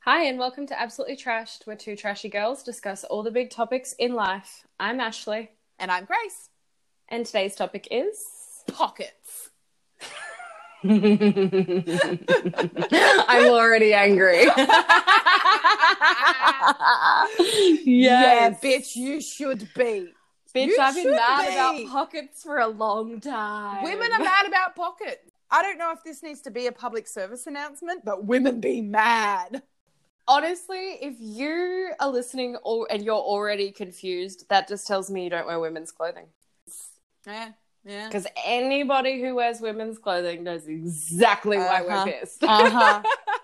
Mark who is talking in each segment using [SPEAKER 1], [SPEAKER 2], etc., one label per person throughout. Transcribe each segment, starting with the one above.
[SPEAKER 1] Hi, and welcome to Absolutely Trashed, where two trashy girls discuss all the big topics in life. I'm Ashley,
[SPEAKER 2] And I'm Grace.
[SPEAKER 1] and today's topic is.
[SPEAKER 2] Pockets.
[SPEAKER 1] I'm already angry. yes.
[SPEAKER 2] Yeah, bitch, you should be.
[SPEAKER 1] Bitch,
[SPEAKER 2] you
[SPEAKER 1] I've been
[SPEAKER 2] should
[SPEAKER 1] mad
[SPEAKER 2] be.
[SPEAKER 1] about pockets for a long time.
[SPEAKER 2] Women are mad about pockets. I don't know if this needs to be a public service announcement, but women be mad.
[SPEAKER 1] Honestly, if you are listening al- and you're already confused, that just tells me you don't wear women's clothing.
[SPEAKER 2] Yeah, yeah.
[SPEAKER 1] Because anybody who wears women's clothing knows exactly why
[SPEAKER 2] Uh-huh.
[SPEAKER 1] we're pissed.
[SPEAKER 2] Uh-huh.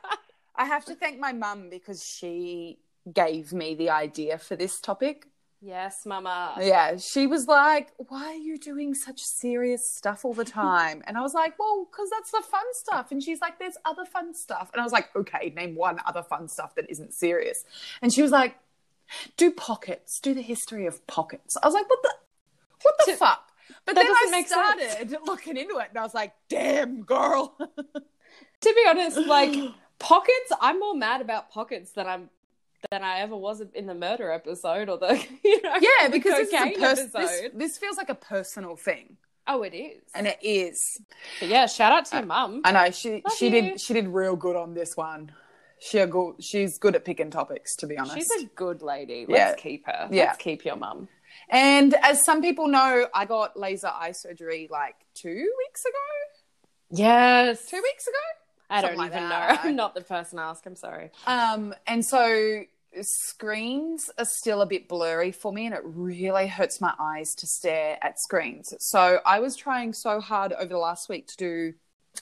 [SPEAKER 2] I have to thank my mum because she gave me the idea for this topic.
[SPEAKER 1] Yes, mama.
[SPEAKER 2] Yeah, she was like, "Why are you doing such serious stuff all the time?" And I was like, "Well, because that's the fun stuff." And she's like, "There's other fun stuff." And I was like, "Okay, name one other fun stuff that isn't serious." And she was like, "Do pockets. Do the history of pockets." I was like, "What the? What the
[SPEAKER 1] To-
[SPEAKER 2] fuck?" But
[SPEAKER 1] that
[SPEAKER 2] then
[SPEAKER 1] doesn't
[SPEAKER 2] I
[SPEAKER 1] make sense.
[SPEAKER 2] started looking into it, and I was like, "Damn, girl."
[SPEAKER 1] To be honest, like pockets, I'm more mad about pockets than I'm than I ever was in the murder episode or the you know
[SPEAKER 2] yeah,
[SPEAKER 1] the
[SPEAKER 2] because this, is a
[SPEAKER 1] cocaine
[SPEAKER 2] pers- this,
[SPEAKER 1] episode.
[SPEAKER 2] this feels like a personal thing,
[SPEAKER 1] Oh, it is.
[SPEAKER 2] and it is.
[SPEAKER 1] But yeah, shout out to your mum.
[SPEAKER 2] I know she
[SPEAKER 1] Love
[SPEAKER 2] she
[SPEAKER 1] you.
[SPEAKER 2] did she did real good on this one. She a go- she's good at picking topics to be honest.
[SPEAKER 1] She's a good lady.
[SPEAKER 2] Yeah.
[SPEAKER 1] Let's keep her.
[SPEAKER 2] Yeah.
[SPEAKER 1] Let's keep your mum.
[SPEAKER 2] and as some people know, I got laser eye surgery like 2 weeks ago.
[SPEAKER 1] Yes.
[SPEAKER 2] 2 weeks ago.
[SPEAKER 1] I don't
[SPEAKER 2] Something like
[SPEAKER 1] even
[SPEAKER 2] that.
[SPEAKER 1] know. I'm not the person asked. I'm sorry.
[SPEAKER 2] Um and so screens are still a bit blurry for me and it really hurts my eyes to stare at screens. So I was trying so hard over the last week to do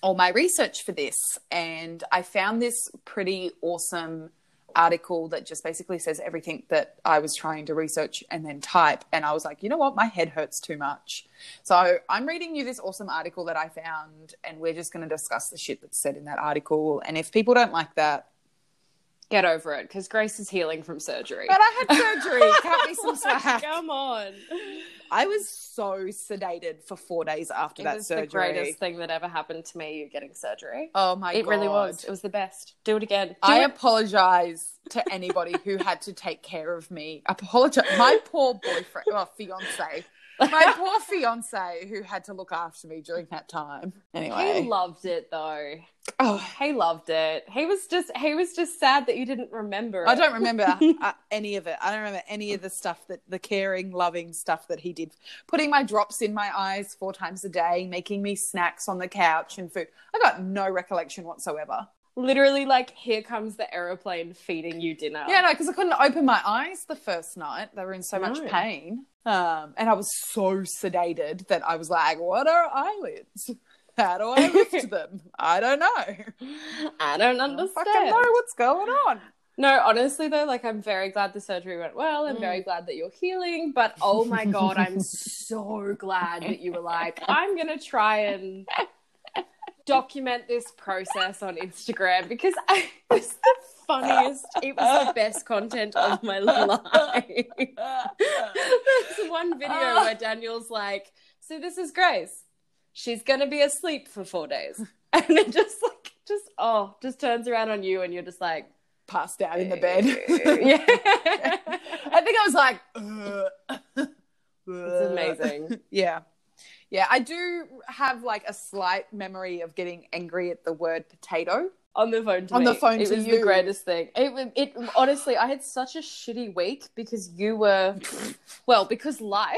[SPEAKER 2] all my research for this and I found this pretty awesome article that just basically says everything that I was trying to research and then type and I was like, "You know what? My head hurts too much." So, I'm reading you this awesome article that I found and we're just going to discuss the shit that's said in that article and if people don't like that,
[SPEAKER 1] Get over it, because Grace is healing from surgery.
[SPEAKER 2] but I had surgery, can't be some slack.
[SPEAKER 1] Come on.
[SPEAKER 2] I was so sedated for 4 days after
[SPEAKER 1] It
[SPEAKER 2] that
[SPEAKER 1] was the
[SPEAKER 2] surgery.
[SPEAKER 1] greatest thing that ever happened to me, you getting surgery.
[SPEAKER 2] Oh my
[SPEAKER 1] it
[SPEAKER 2] god.
[SPEAKER 1] really was. It was the best. Do it again. Do
[SPEAKER 2] I
[SPEAKER 1] it.
[SPEAKER 2] apologize to anybody who had to take care of me. Apologize. My poor boyfriend, well, fiance. My poor fiance who had to look after me during that time.
[SPEAKER 1] He
[SPEAKER 2] Anyway.
[SPEAKER 1] loved it though.
[SPEAKER 2] Oh,
[SPEAKER 1] He loved it. He was just he was just sad that you didn't remember.
[SPEAKER 2] I
[SPEAKER 1] it.
[SPEAKER 2] don't remember uh, any of it. I don't remember any of the stuff that the caring, loving stuff that he did. Putting my drops in my eyes four times a day, making me snacks on the couch and food. I got no recollection whatsoever.
[SPEAKER 1] Literally, like here comes the aeroplane feeding you dinner.
[SPEAKER 2] Yeah, no, because I couldn't open my eyes the first night. They were in so much
[SPEAKER 1] No.
[SPEAKER 2] pain. Um, and I was so sedated that I was like, what are eyelids? How do I lift them? I don't know.
[SPEAKER 1] I don't
[SPEAKER 2] I don't fucking know
[SPEAKER 1] understand.
[SPEAKER 2] what's going on.
[SPEAKER 1] No, honestly though, like I'm very glad the surgery went well. I'm
[SPEAKER 2] Mm.
[SPEAKER 1] very glad that you're healing. But oh my god, I'm so glad that you were like, I'm gonna try and document this process on Instagram because I, it was the funniest. It was the best content of my life. There's one video
[SPEAKER 2] Ah.
[SPEAKER 1] where Daniel's like, "So this is Grace. She's gonna be asleep for four days," and then just like, just oh, just turns around on you, and you're just like,
[SPEAKER 2] Passed out
[SPEAKER 1] Eh,
[SPEAKER 2] in the bed.
[SPEAKER 1] yeah,
[SPEAKER 2] I think I was like, "Ugh."
[SPEAKER 1] it's amazing.
[SPEAKER 2] Yeah. Yeah, I do have like a slight memory of getting angry at the word potato.
[SPEAKER 1] On the phone to
[SPEAKER 2] On the
[SPEAKER 1] me.
[SPEAKER 2] phone
[SPEAKER 1] it
[SPEAKER 2] to
[SPEAKER 1] was the
[SPEAKER 2] you.
[SPEAKER 1] greatest thing. It, wa- it honestly, I had such a shitty week because you were, well, because life.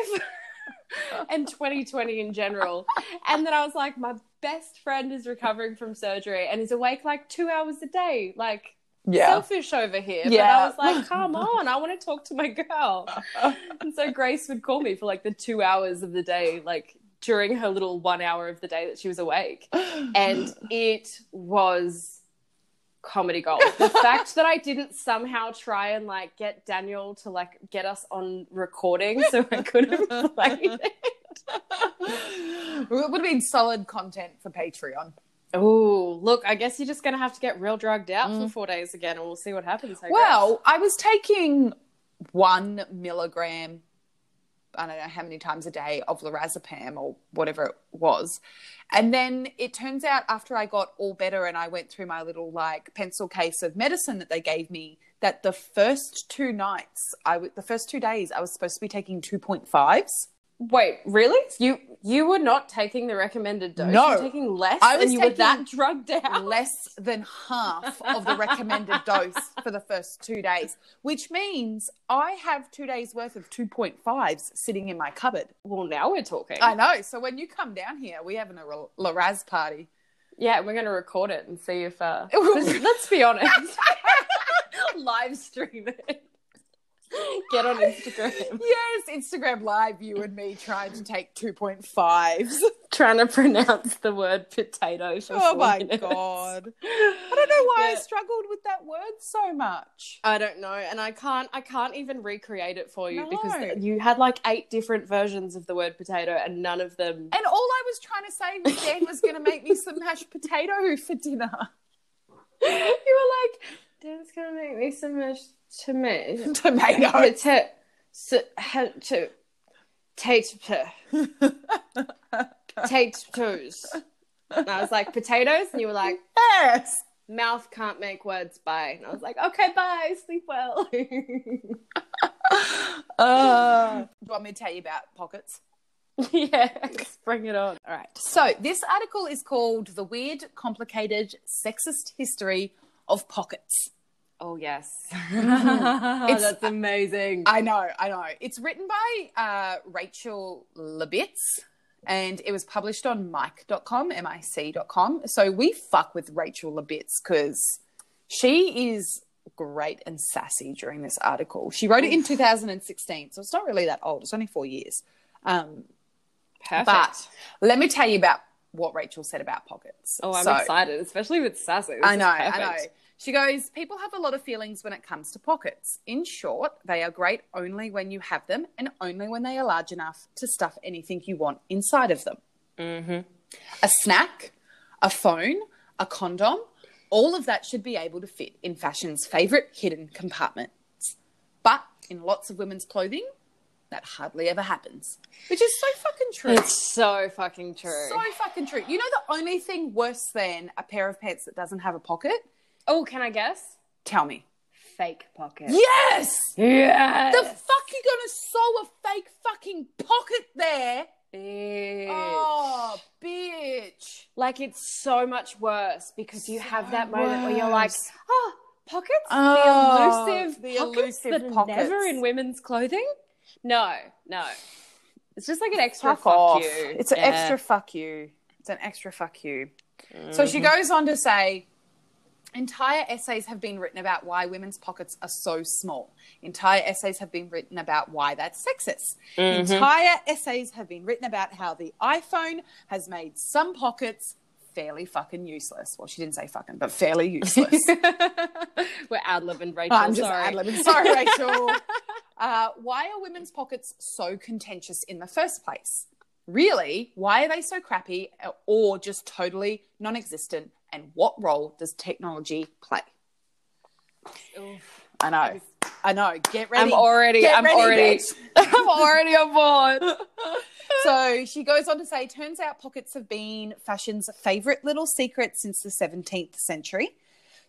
[SPEAKER 1] and 2020 in general. And then I was like, my best friend is recovering from surgery and is awake like two hours a day. Like, selfish over here.
[SPEAKER 2] Yeah.
[SPEAKER 1] But I was like, come on, I want to talk to my girl. And so Grace would call me for like the two hours of the day, like during her little one hour of the day that she was awake. And it was comedy gold. The fact that I didn't somehow try and like get Daniel to like get us on recording so I could have played it.
[SPEAKER 2] it would have been solid content for Patreon.
[SPEAKER 1] Oh, look, I guess you're just gonna have to get real drugged out for
[SPEAKER 2] Mm.
[SPEAKER 1] four days again and we'll see what happens. I guess.
[SPEAKER 2] Well, I was taking one milligram I don't know how many times a day of lorazepam or whatever it was. And then it turns out after I got all better and I went through my little like pencil case of medicine that they gave me, that the first two nights, I w- the first two days, I was supposed to be taking 2.5s.
[SPEAKER 1] Wait, really? You you were not taking the recommended dose.
[SPEAKER 2] No.
[SPEAKER 1] you were taking less,
[SPEAKER 2] I was
[SPEAKER 1] and you were
[SPEAKER 2] taking
[SPEAKER 1] that drugged out.
[SPEAKER 2] less than half of the recommended dose for the first two days, which means I have two days worth of 2.5s sitting in my cupboard.
[SPEAKER 1] Well, now we're talking.
[SPEAKER 2] I know. So when you come down here, we're having a L- Laraz party.
[SPEAKER 1] yeah, we're going to record it and see if. Uh, 'cause let's be honest. Live stream it. Get on Instagram.
[SPEAKER 2] Yes, Instagram Live, you and me trying to take 2.5s.
[SPEAKER 1] Trying to pronounce the word potato for
[SPEAKER 2] Oh
[SPEAKER 1] four
[SPEAKER 2] my
[SPEAKER 1] minutes.
[SPEAKER 2] God. I don't know why I
[SPEAKER 1] Yeah.
[SPEAKER 2] struggled with that word so much.
[SPEAKER 1] I don't know, and I can't. I can't even recreate it for you because
[SPEAKER 2] No.
[SPEAKER 1] th- you had like eight different versions of the word potato, and none of them.
[SPEAKER 2] And all I was trying to say was Dad was going to make me some mashed potato for dinner.
[SPEAKER 1] you were like, "Dan's gonna make me so much to me."
[SPEAKER 2] Tomato.
[SPEAKER 1] Potato, so, ha- to, tater, potatoes. And I was like, "Potatoes," and you were like,
[SPEAKER 2] Yes.
[SPEAKER 1] "Mouth can't make words." Bye. And I was like, "Okay, bye. Sleep well."
[SPEAKER 2] Uh, do you want me to tell you about pockets?
[SPEAKER 1] yes, bring it on. All right.
[SPEAKER 2] So, this article is called The Weird, Complicated, Sexist History of Pockets.
[SPEAKER 1] Oh yes, it's,
[SPEAKER 2] That's
[SPEAKER 1] amazing.
[SPEAKER 2] I know, I know. It's written by uh, Rachel Lebitz and it was published on mic.com, mic.com. So, we fuck with Rachel Lebitz because she is great and sassy during this article. She wrote it in 2016, so it's not really that old, it's only four years. Um,
[SPEAKER 1] Perfect.
[SPEAKER 2] But let me tell you about what Rachel said about pockets.
[SPEAKER 1] oh, I'm
[SPEAKER 2] So-
[SPEAKER 1] excited, especially with Sassy. This
[SPEAKER 2] I
[SPEAKER 1] is
[SPEAKER 2] know, I know.
[SPEAKER 1] perfect.
[SPEAKER 2] She goes, People have a lot of feelings when it comes to pockets. In short, they are great only when you have them and only when they are large enough to stuff anything you want inside of them.
[SPEAKER 1] Mm-hmm.
[SPEAKER 2] A snack, a phone, a condom, all of that should be able to fit in fashion's favorite hidden compartments. But in lots of women's clothing, that hardly ever happens, which is so fucking true.
[SPEAKER 1] It's so fucking true.
[SPEAKER 2] So fucking true. You know the only thing worse than a pair of pants that doesn't have a pocket?
[SPEAKER 1] oh, can I guess?
[SPEAKER 2] Tell me.
[SPEAKER 1] Fake pocket.
[SPEAKER 2] Yes!
[SPEAKER 1] Yes.
[SPEAKER 2] The fuck you gonna sew a fake fucking pocket there?
[SPEAKER 1] Bitch.
[SPEAKER 2] Oh, bitch.
[SPEAKER 1] Like it's so much worse because you have
[SPEAKER 2] So
[SPEAKER 1] that moment where you're like,
[SPEAKER 2] worse.
[SPEAKER 1] oh, pockets,
[SPEAKER 2] Oh,
[SPEAKER 1] the elusive,
[SPEAKER 2] the
[SPEAKER 1] pockets
[SPEAKER 2] elusive
[SPEAKER 1] that are
[SPEAKER 2] pockets.
[SPEAKER 1] never in women's clothing. No, no. It's just like an extra fuck, you.
[SPEAKER 2] It's an
[SPEAKER 1] Yeah.
[SPEAKER 2] extra fuck you. It's an extra fuck you. So she
[SPEAKER 1] Mm-hmm.
[SPEAKER 2] goes on to say entire essays have been written about why women's pockets are so small. Entire essays have been written about why that's sexist.
[SPEAKER 1] Mm-hmm.
[SPEAKER 2] Entire essays have been written about how the iPhone has made some pockets fairly fucking useless. Well, she didn't say fucking, but fairly useless.
[SPEAKER 1] We're ad libbing, Rachel.
[SPEAKER 2] I'm just
[SPEAKER 1] sorry.
[SPEAKER 2] ad-libbing. Sorry, Rachel. uh, why are women's pockets so contentious in the first place? Really, why are they so crappy or just totally non existent? And what role does technology play?
[SPEAKER 1] Oof.
[SPEAKER 2] I know. I know. Get ready.
[SPEAKER 1] I'm already,
[SPEAKER 2] Get
[SPEAKER 1] I'm
[SPEAKER 2] ready,
[SPEAKER 1] already,
[SPEAKER 2] bitch.
[SPEAKER 1] I'm already on board.
[SPEAKER 2] So she goes on to say, turns out pockets have been fashion's favorite little secret since the 17th century.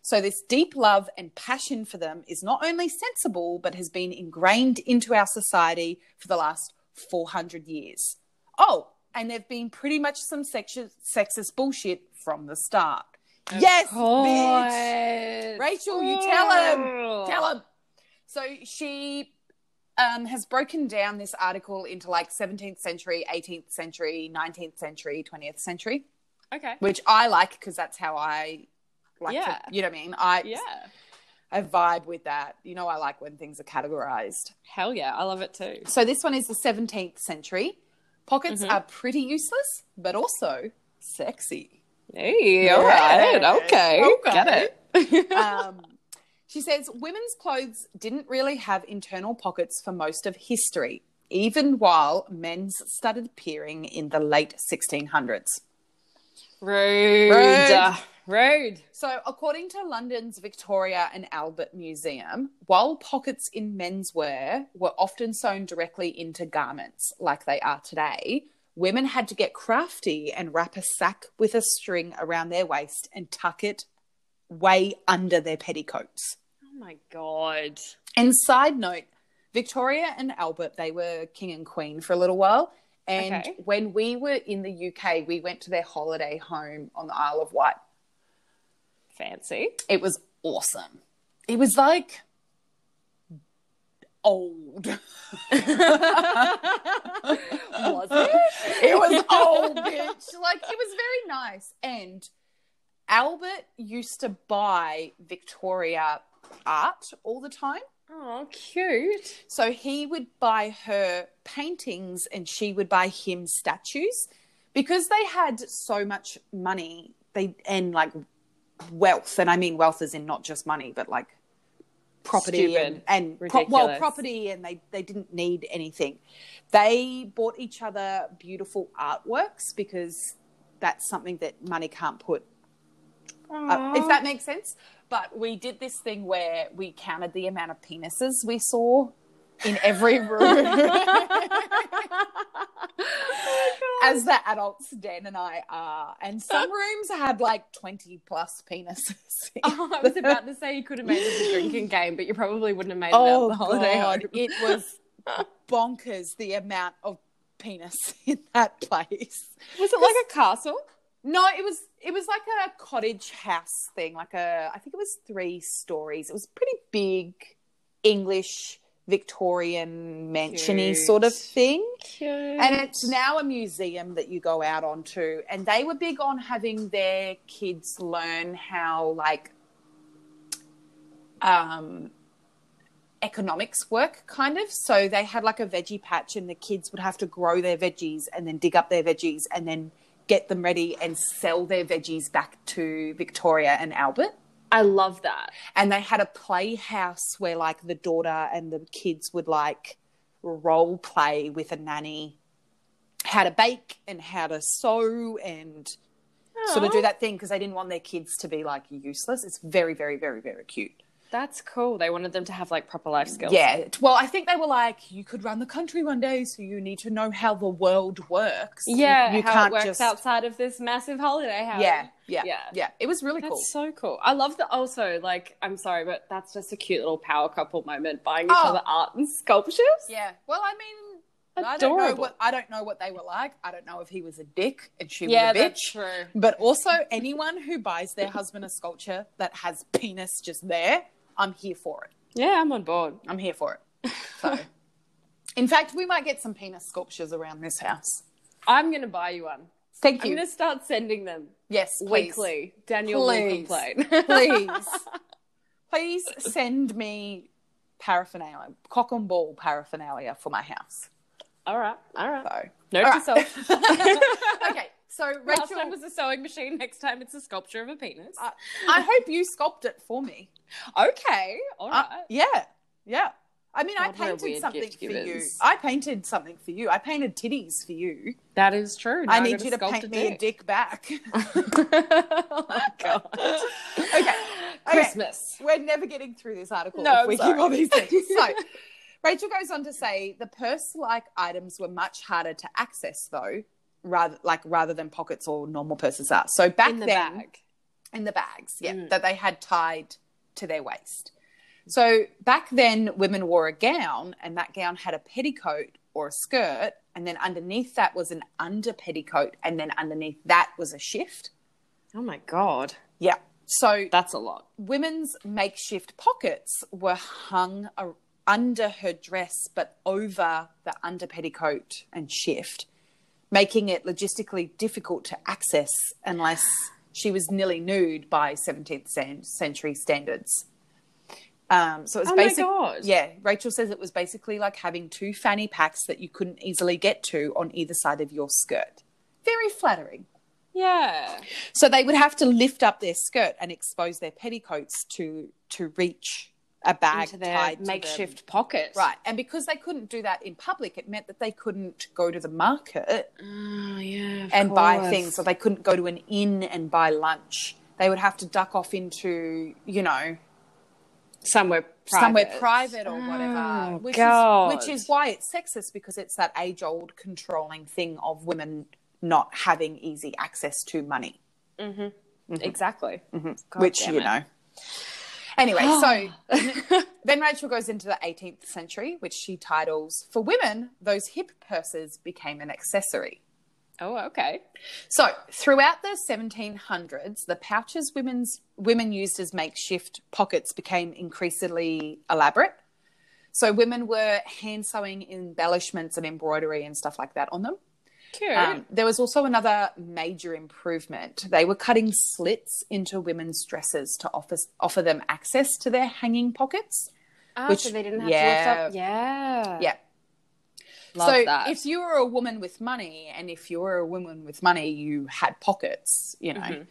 [SPEAKER 2] So this deep love and passion for them is not only sensible, but has been ingrained into our society for the last 400 years. Oh, and they've been pretty much some sexist, sexist bullshit from the start. yes, bitch.
[SPEAKER 1] bitch.
[SPEAKER 2] Rachel, you tell him. Tell him. So she um, has broken down this article into like 17th century, 18th century, 19th century, 20th century,
[SPEAKER 1] Okay.
[SPEAKER 2] which I like because that's how I like. to-
[SPEAKER 1] Yeah.
[SPEAKER 2] you know what I mean? I
[SPEAKER 1] Yeah.
[SPEAKER 2] I vibe with that. You know, I like when things are categorized.
[SPEAKER 1] Hell yeah. I love it too.
[SPEAKER 2] So this one is the 17th century. Pockets
[SPEAKER 1] Mhm.
[SPEAKER 2] are pretty useless, but also sexy.
[SPEAKER 1] Hey,
[SPEAKER 2] Yeah.
[SPEAKER 1] all right. Okay.
[SPEAKER 2] Okay.
[SPEAKER 1] Get it.
[SPEAKER 2] um, she says women's clothes didn't really have internal pockets for most of history, even while men's started appearing in the late 1600s.
[SPEAKER 1] Rude. Uh,
[SPEAKER 2] Rude.
[SPEAKER 1] Rude.
[SPEAKER 2] So, according to London's Victoria and Albert Museum, while pockets in menswear were often sewn directly into garments like they are today, women had to get crafty and wrap a sack with a string around their waist and tuck it way under their petticoats.
[SPEAKER 1] Oh my god.
[SPEAKER 2] And side note, Victoria and Albert, they were king and queen for a little while. And
[SPEAKER 1] Okay.
[SPEAKER 2] when we were in the UK, we went to their holiday home on the Isle of Wight.
[SPEAKER 1] Fancy.
[SPEAKER 2] It was awesome. It was like old.
[SPEAKER 1] Was it?
[SPEAKER 2] It was old, bitch. Like it was very nice. And Albert used to buy Victoria art all the time.
[SPEAKER 1] Oh, cute.
[SPEAKER 2] So he would buy her paintings and she would buy him statues because they had so much money they and like wealth and I mean wealth is in not just money but like property and,
[SPEAKER 1] Stupid.
[SPEAKER 2] and pro- well
[SPEAKER 1] Ridiculous.
[SPEAKER 2] property and they they didn't need anything. They bought each other beautiful artworks because that's something that money can't put
[SPEAKER 1] Uh,
[SPEAKER 2] up, Uh, if that makes sense. But we did this thing where we counted the amount of penises we saw in every room as the adults Dan and I are. And some rooms had like 20 plus penises.
[SPEAKER 1] Oh, I was about to say you could have made this a drinking game, but you probably wouldn't have made it out of
[SPEAKER 2] oh,
[SPEAKER 1] the holiday
[SPEAKER 2] God.
[SPEAKER 1] home.
[SPEAKER 2] It was bonkers the amount of penis in that place.
[SPEAKER 1] Was it like a castle?
[SPEAKER 2] No, it was it was like a cottage house thing, like a I think it was three stories. It was pretty big English Victorian mansiony
[SPEAKER 1] Cute.
[SPEAKER 2] sort of thing.
[SPEAKER 1] Cute.
[SPEAKER 2] And it's now a museum that you go out onto and they were big on having their kids learn how like um economics work kind of so they had like a veggie patch and the kids would have to grow their veggies and then dig up their veggies and then get them ready and sell their veggies back to Victoria and Albert
[SPEAKER 1] I love that.
[SPEAKER 2] and they had a playhouse where like the daughter and the kids would like role play with a nanny how to bake and how to sew and sort of do that thing because they didn't want their kids to be like useless it's very very very very cute
[SPEAKER 1] That's cool. They wanted them to have like proper life skills.
[SPEAKER 2] yeah well i think they were like you could run the country one day so you need to know how the world works You-
[SPEAKER 1] Yeah,
[SPEAKER 2] you,
[SPEAKER 1] how
[SPEAKER 2] can't
[SPEAKER 1] it works
[SPEAKER 2] just
[SPEAKER 1] outside of this massive holiday house.
[SPEAKER 2] yeah, yeah yeah
[SPEAKER 1] Yeah.
[SPEAKER 2] it was really
[SPEAKER 1] That's
[SPEAKER 2] cool
[SPEAKER 1] so cool. I love that also, like, I'm sorry, but that's just a cute little power couple moment buying each
[SPEAKER 2] Oh.
[SPEAKER 1] other art and sculptures.
[SPEAKER 2] yeah well i mean I don't know
[SPEAKER 1] Adorable.
[SPEAKER 2] what I don't know what they were like. I don't know if he was a dick and she
[SPEAKER 1] yeah,
[SPEAKER 2] was a bitch.
[SPEAKER 1] that's true.
[SPEAKER 2] But also, anyone who buys their husband a sculpture that has penis just there, I'm here for it.
[SPEAKER 1] Yeah, I'm on board.
[SPEAKER 2] I'm here for it. So, in fact, we might get some penis sculptures around this house.
[SPEAKER 1] I'm going to buy you one.
[SPEAKER 2] Thank
[SPEAKER 1] I'm
[SPEAKER 2] you.
[SPEAKER 1] going to start sending them
[SPEAKER 2] yes, please.
[SPEAKER 1] weekly. Daniel will
[SPEAKER 2] Please.
[SPEAKER 1] complain.
[SPEAKER 2] please, please send me paraphernalia, cock and ball paraphernalia for my house.
[SPEAKER 1] all right, all right.
[SPEAKER 2] So,
[SPEAKER 1] Note
[SPEAKER 2] all
[SPEAKER 1] to self.
[SPEAKER 2] okay. So
[SPEAKER 1] Last
[SPEAKER 2] Rachel, Uh,
[SPEAKER 1] time was a sewing machine. Next time it's a sculpture of a penis.
[SPEAKER 2] I, I hope you sculpt it for me.
[SPEAKER 1] okay, all
[SPEAKER 2] Uh,
[SPEAKER 1] right.
[SPEAKER 2] yeah, yeah. I mean, I
[SPEAKER 1] God, we're
[SPEAKER 2] painted
[SPEAKER 1] weird
[SPEAKER 2] something
[SPEAKER 1] gift
[SPEAKER 2] for you.
[SPEAKER 1] givers.
[SPEAKER 2] I painted something for you. I painted titties for you.
[SPEAKER 1] that is true. Now
[SPEAKER 2] I
[SPEAKER 1] I've
[SPEAKER 2] need
[SPEAKER 1] got
[SPEAKER 2] you to
[SPEAKER 1] sculpt
[SPEAKER 2] paint me a dick back.
[SPEAKER 1] oh my god.
[SPEAKER 2] okay,
[SPEAKER 1] Christmas.
[SPEAKER 2] we're never getting through this article
[SPEAKER 1] No,
[SPEAKER 2] if
[SPEAKER 1] I'm
[SPEAKER 2] we
[SPEAKER 1] sorry.
[SPEAKER 2] keep on these things. So, Rachel goes on to say the purse-like items were much harder to access, though. Rather, like rather than pockets or normal purses are. So back
[SPEAKER 1] In the
[SPEAKER 2] then,
[SPEAKER 1] bag.
[SPEAKER 2] in the bags, yeah,
[SPEAKER 1] Mm.
[SPEAKER 2] that they had tied to their waist. So back then, women wore a gown, and that gown had a petticoat or a skirt, and then underneath that was an under petticoat, and then underneath that was a shift.
[SPEAKER 1] Oh my god.
[SPEAKER 2] Yeah. So
[SPEAKER 1] That's a lot.
[SPEAKER 2] women's makeshift pockets were hung a- under her dress, but over the under petticoat and shift, making it logistically difficult to access unless she was nearly nude by 17th cen- century standards. Um, so it was
[SPEAKER 1] Oh my
[SPEAKER 2] basic.
[SPEAKER 1] God.
[SPEAKER 2] Yeah, Rachel says it was basically like having two fanny packs that you couldn't easily get to on either side of your skirt. Very flattering.
[SPEAKER 1] Yeah.
[SPEAKER 2] So they would have to lift up their skirt and expose their petticoats to to reach a bag
[SPEAKER 1] Into their
[SPEAKER 2] tied to
[SPEAKER 1] makeshift pocket.
[SPEAKER 2] them. Right, and because they couldn't do that in public, it meant that they couldn't go to the market
[SPEAKER 1] Oh yeah. of
[SPEAKER 2] and buy
[SPEAKER 1] course.
[SPEAKER 2] things, or they couldn't go to an inn and buy lunch. they would have to duck off into, you know,
[SPEAKER 1] somewhere private.
[SPEAKER 2] somewhere private or whatever.
[SPEAKER 1] Oh,
[SPEAKER 2] which
[SPEAKER 1] God.
[SPEAKER 2] is which is why it's sexist because it's that age old controlling thing of women not having easy access to money.
[SPEAKER 1] Mm-hmm. Exactly. God
[SPEAKER 2] which
[SPEAKER 1] Oh, damn
[SPEAKER 2] you
[SPEAKER 1] it. Oh.
[SPEAKER 2] know. Anyway, so then Rachel goes into the 18th century, which she titles "For Women, Those Hip Purses Became an Accessory."
[SPEAKER 1] Oh, okay.
[SPEAKER 2] So throughout the 1700s, the pouches women's women used as makeshift pockets became increasingly elaborate. So women were hand sewing embellishments and embroidery and stuff like that on them.
[SPEAKER 1] Cute.
[SPEAKER 2] Um, there was also another major improvement. They were cutting slits into women's dresses to offer, offer them access to their hanging pockets.
[SPEAKER 1] Ah,
[SPEAKER 2] which-
[SPEAKER 1] so they didn't have to
[SPEAKER 2] yeah.
[SPEAKER 1] lift up. Yeah.
[SPEAKER 2] Yeah.
[SPEAKER 1] Love
[SPEAKER 2] so
[SPEAKER 1] that.
[SPEAKER 2] if you were a woman with money, and if you were a woman with money, you had pockets, you know,
[SPEAKER 1] Mm-hmm.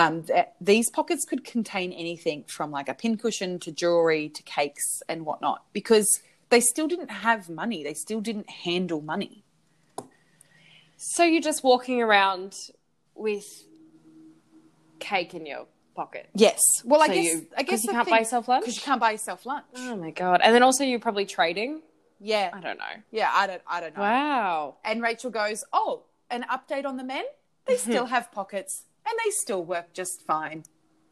[SPEAKER 2] um, th- these pockets could contain anything from like a pincushion to jewelry to cakes and whatnot because they still didn't have money. They still didn't handle money.
[SPEAKER 1] So you're just walking around with cake in your pocket.
[SPEAKER 2] Yes. Well, I
[SPEAKER 1] So
[SPEAKER 2] guess
[SPEAKER 1] you-
[SPEAKER 2] I
[SPEAKER 1] 'cause
[SPEAKER 2] guess
[SPEAKER 1] you can't buy yourself lunch?
[SPEAKER 2] because you can't buy yourself lunch.
[SPEAKER 1] Oh my god. And then also you're probably trading.
[SPEAKER 2] Yeah.
[SPEAKER 1] I don't know.
[SPEAKER 2] Yeah, I don't I don't know.
[SPEAKER 1] Wow.
[SPEAKER 2] And Rachel goes, "Oh, an update on the men? They still have pockets and they still work just fine."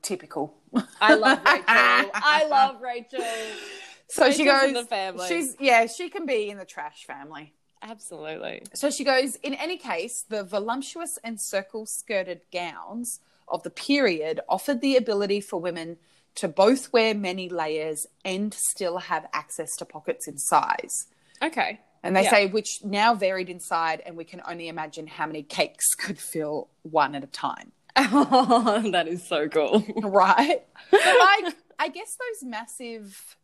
[SPEAKER 2] Typical.
[SPEAKER 1] I love Rachel. I love Rachel.
[SPEAKER 2] So she
[SPEAKER 1] Rachel's
[SPEAKER 2] goes
[SPEAKER 1] in the family.
[SPEAKER 2] She's yeah, she can be in the trash family.
[SPEAKER 1] Absolutely.
[SPEAKER 2] So she goes, in any case, the voluptuous and circle skirted gowns of the period offered the ability for women to both wear many layers and still have access to pockets in size.
[SPEAKER 1] Okay.
[SPEAKER 2] And they
[SPEAKER 1] Yeah.
[SPEAKER 2] say, which now varied in size, and we can only imagine how many cakes could fill one at a time.
[SPEAKER 1] that is so cool.
[SPEAKER 2] Right? But like, I guess those massive,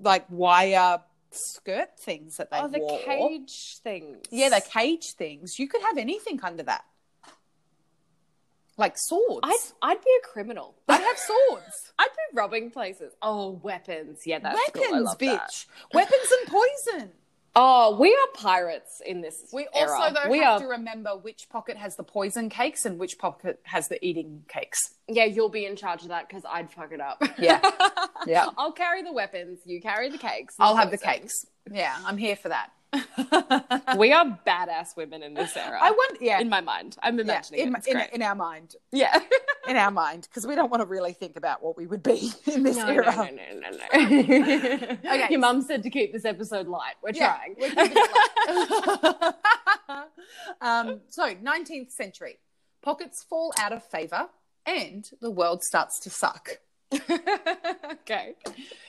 [SPEAKER 2] like, wire skirt things that they
[SPEAKER 1] Oh, the
[SPEAKER 2] wore.
[SPEAKER 1] cage things.
[SPEAKER 2] Yeah, the cage things. You could have anything under that. Like swords.
[SPEAKER 1] I'd, I'd be a criminal.
[SPEAKER 2] I'd have swords.
[SPEAKER 1] I'd be robbing places. Oh, weapons. Yeah, that's
[SPEAKER 2] Weapons,
[SPEAKER 1] cool. I love that.
[SPEAKER 2] bitch. Weapons and poison.
[SPEAKER 1] Oh, we are pirates in this.
[SPEAKER 2] We
[SPEAKER 1] era.
[SPEAKER 2] also though
[SPEAKER 1] we
[SPEAKER 2] have
[SPEAKER 1] are.
[SPEAKER 2] to remember which pocket has the poison cakes and which pocket has the eating cakes.
[SPEAKER 1] Yeah, you'll be in charge of that because I'd fuck it up.
[SPEAKER 2] Yeah. Yeah.
[SPEAKER 1] I'll carry the weapons. You carry the cakes.
[SPEAKER 2] I'll have the
[SPEAKER 1] Poison.
[SPEAKER 2] cakes. Yeah, I'm here for that.
[SPEAKER 1] We are badass women in this era.
[SPEAKER 2] I want yeah.
[SPEAKER 1] in my mind. I'm
[SPEAKER 2] yeah,
[SPEAKER 1] imagining
[SPEAKER 2] in,
[SPEAKER 1] it.
[SPEAKER 2] my-
[SPEAKER 1] It's
[SPEAKER 2] in,
[SPEAKER 1] great.
[SPEAKER 2] in our mind.
[SPEAKER 1] yeah.
[SPEAKER 2] In our mind. Because we don't want to really think about what we would be in this
[SPEAKER 1] No, no,
[SPEAKER 2] era.
[SPEAKER 1] no, no, no, no.
[SPEAKER 2] Okay.
[SPEAKER 1] Your mum said to keep this episode light. We're
[SPEAKER 2] Yeah,
[SPEAKER 1] trying.
[SPEAKER 2] we're keeping it light. um, so, 19th century, pockets fall out of favor and the world starts to suck.
[SPEAKER 1] okay.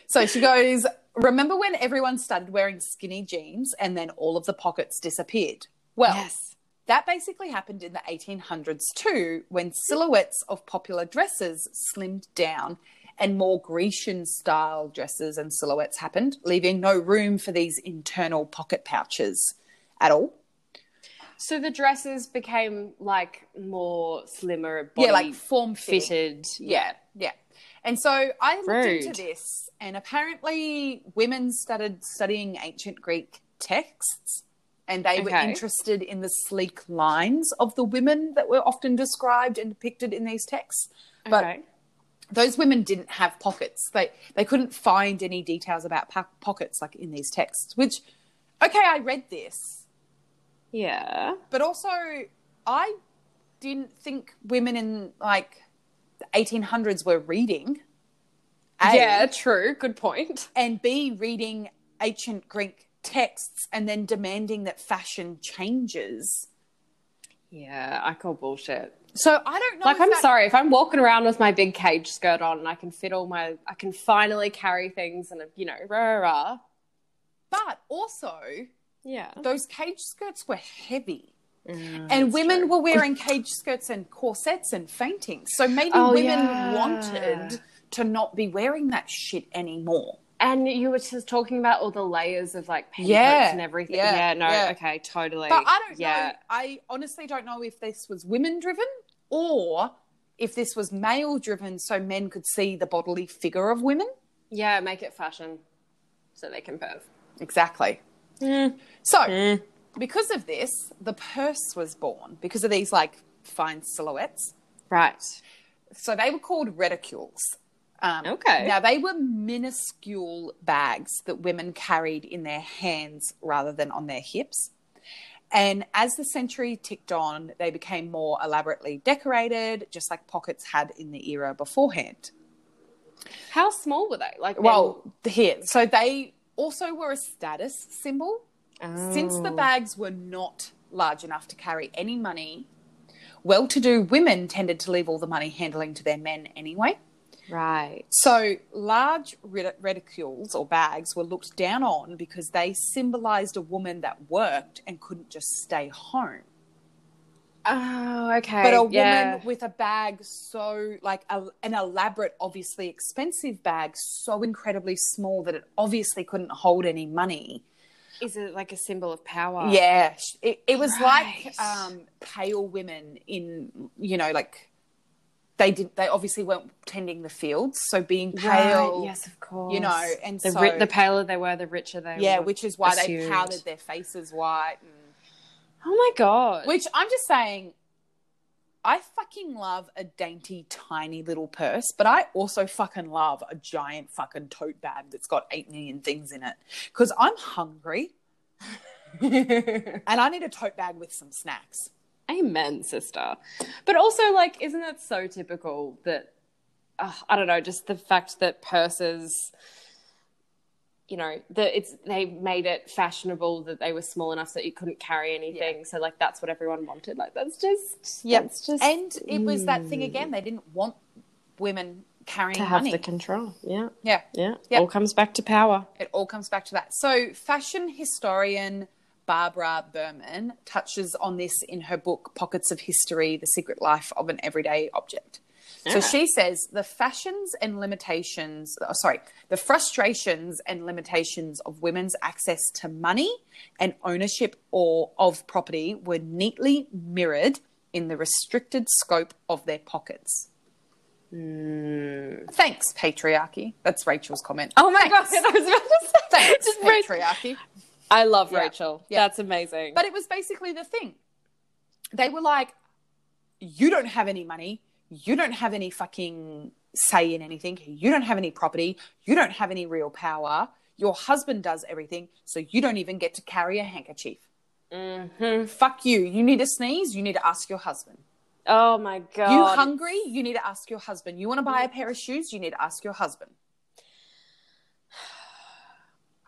[SPEAKER 2] So she goes, Remember when everyone started wearing skinny jeans and then all of the pockets disappeared? Well,
[SPEAKER 1] Yes.
[SPEAKER 2] that basically happened in the 1800s too, when silhouettes of popular dresses slimmed down and more Grecian style dresses and silhouettes happened, leaving no room for these internal pocket pouches at all.
[SPEAKER 1] So the dresses became like more slimmer, body
[SPEAKER 2] yeah, like form fitting.
[SPEAKER 1] fitted.
[SPEAKER 2] Yeah, yeah. And so I looked into
[SPEAKER 1] Rude.
[SPEAKER 2] this, and apparently women started studying ancient Greek texts, and they were
[SPEAKER 1] Okay.
[SPEAKER 2] interested in the sleek lines of the women that were often described and depicted in these texts. But
[SPEAKER 1] okay.
[SPEAKER 2] those women didn't have pockets; they they couldn't find any details about po- pockets like in these texts. Which, okay, I read this,
[SPEAKER 1] Yeah.
[SPEAKER 2] but also I didn't think women in like the 1800s were reading. A,
[SPEAKER 1] Yeah, true. Good point.
[SPEAKER 2] And B, reading ancient Greek texts and then demanding that fashion changes.
[SPEAKER 1] Yeah, I call bullshit.
[SPEAKER 2] So I don't know.
[SPEAKER 1] Like,
[SPEAKER 2] if
[SPEAKER 1] I'm
[SPEAKER 2] that-
[SPEAKER 1] sorry, if I'm walking around with my big cage skirt on and I can fit all my, I can finally carry things and, you know, rah, rah, rah.
[SPEAKER 2] But also,
[SPEAKER 1] Yeah.
[SPEAKER 2] those cage skirts were heavy.
[SPEAKER 1] Mm,
[SPEAKER 2] and women were wearing cage skirts and corsets and fainting. So maybe
[SPEAKER 1] Oh,
[SPEAKER 2] women
[SPEAKER 1] yeah.
[SPEAKER 2] wanted to not be wearing that shit anymore.
[SPEAKER 1] And you were just talking about all the layers of like petticoats
[SPEAKER 2] Yeah,
[SPEAKER 1] and everything. Yeah,
[SPEAKER 2] yeah,
[SPEAKER 1] no,
[SPEAKER 2] yeah.
[SPEAKER 1] okay, totally.
[SPEAKER 2] But I don't
[SPEAKER 1] yeah.
[SPEAKER 2] know. I honestly don't know if this was women driven or if this was male driven so men could see the bodily figure of women.
[SPEAKER 1] Yeah, make it fashion so they can perv.
[SPEAKER 2] Exactly. So, because of this, the purse was born because of these like fine silhouettes.
[SPEAKER 1] Right.
[SPEAKER 2] so they were called reticules. Um,
[SPEAKER 1] Okay.
[SPEAKER 2] Now they were minuscule bags that women carried in their hands rather than on their hips. And as the century ticked on, they became more elaborately decorated, just like pockets had in the era beforehand.
[SPEAKER 1] How small were they? Like,
[SPEAKER 2] Well, here, so they also were a status symbol. Since the bags were not large enough to carry any money, well to do women tended to leave all the money handling to their men anyway.
[SPEAKER 1] right.
[SPEAKER 2] So large ret- reticules or bags were looked down on because they symbolized a woman that worked and couldn't just stay home.
[SPEAKER 1] Oh, okay.
[SPEAKER 2] But a
[SPEAKER 1] yeah.
[SPEAKER 2] woman with a bag so, like a, an elaborate, obviously expensive bag, so incredibly small that it obviously couldn't hold any money.
[SPEAKER 1] is it like a symbol of power?
[SPEAKER 2] Yeah, sh- it, it was
[SPEAKER 1] Right.
[SPEAKER 2] like um, pale women in you know like they did they obviously weren't tending the fields, so being pale,
[SPEAKER 1] Right, yes, of course.
[SPEAKER 2] you know, and
[SPEAKER 1] the,
[SPEAKER 2] so
[SPEAKER 1] ri- the paler they were, the richer they
[SPEAKER 2] yeah,
[SPEAKER 1] were.
[SPEAKER 2] which is why they
[SPEAKER 1] assumed.
[SPEAKER 2] powdered their faces white. And,
[SPEAKER 1] oh my god,
[SPEAKER 2] which I'm just saying, I fucking love a dainty, tiny little purse, but I also fucking love a giant fucking tote bag that's got eight million things in it because I'm hungry and I need a tote bag with some snacks.
[SPEAKER 1] amen, sister. But also, like, isn't it so typical that uh, I don't know, just the fact that purses. You know, that it's they made it fashionable that they were small enough so that you couldn't carry anything. So like that's what everyone wanted. Like that's just
[SPEAKER 2] Yeah,
[SPEAKER 1] that's just
[SPEAKER 2] and it was that thing again. They didn't want women carrying
[SPEAKER 1] to have
[SPEAKER 2] money.
[SPEAKER 1] the control. Yeah,
[SPEAKER 2] yeah,
[SPEAKER 1] yeah.
[SPEAKER 2] Yep.
[SPEAKER 1] All comes back to power.
[SPEAKER 2] it all comes back to that. So, fashion historian Barbara Berman touches on this in her book Pockets of History: The Secret Life of an Everyday Object. So
[SPEAKER 1] Yeah.
[SPEAKER 2] she says the fashions and limitations, oh, sorry, the frustrations and limitations of women's access to money and ownership or of property were neatly mirrored in the restricted scope of their pockets. Thanks, patriarchy. That's Rachel's comment.
[SPEAKER 1] Oh my
[SPEAKER 2] Thanks.
[SPEAKER 1] god, I was about to say
[SPEAKER 2] Thanks,
[SPEAKER 1] Just Rach-
[SPEAKER 2] patriarchy.
[SPEAKER 1] I love
[SPEAKER 2] Yeah.
[SPEAKER 1] Rachel.
[SPEAKER 2] Yeah.
[SPEAKER 1] That's amazing.
[SPEAKER 2] But it was basically the thing. They were like, you don't have any money. You don't have any fucking say in anything. You don't have any property. You don't have any real power. Your husband does everything. So you don't even get to carry a handkerchief.
[SPEAKER 1] Mm-hmm.
[SPEAKER 2] Fuck you. You need to sneeze. You need to ask your husband.
[SPEAKER 1] oh my god. Mm-hmm.
[SPEAKER 2] You hungry? You need to ask your husband. You want to buy a pair of shoes? You need to ask your husband.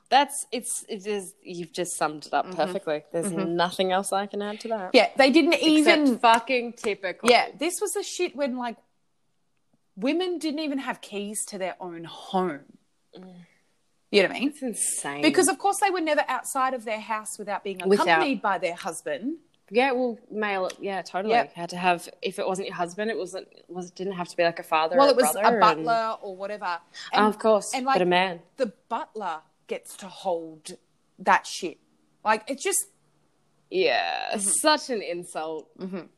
[SPEAKER 1] That's it's it is you've just summed it up perfectly. There's nothing else I can add to that.
[SPEAKER 2] Mm-hmm. Yeah, they didn't even.
[SPEAKER 1] Except fucking typical.
[SPEAKER 2] Yeah, this was the shit when like women didn't even have keys to their own home. Mm. You know what I mean?
[SPEAKER 1] It's insane.
[SPEAKER 2] Because of course they were never outside of their house without being
[SPEAKER 1] Without-
[SPEAKER 2] accompanied by their husband.
[SPEAKER 1] yeah, well mail it yeah, totally.
[SPEAKER 2] Yep.
[SPEAKER 1] Had to have if it wasn't your husband, it wasn't was didn't have to be like a father
[SPEAKER 2] Well,
[SPEAKER 1] or
[SPEAKER 2] it was
[SPEAKER 1] brother
[SPEAKER 2] a
[SPEAKER 1] and-
[SPEAKER 2] butler or whatever.
[SPEAKER 1] Oh, of course.
[SPEAKER 2] and, like,
[SPEAKER 1] but a man.
[SPEAKER 2] The butler gets to hold that shit. Like it's just
[SPEAKER 1] Yeah.
[SPEAKER 2] Mm-hmm.
[SPEAKER 1] Such an insult.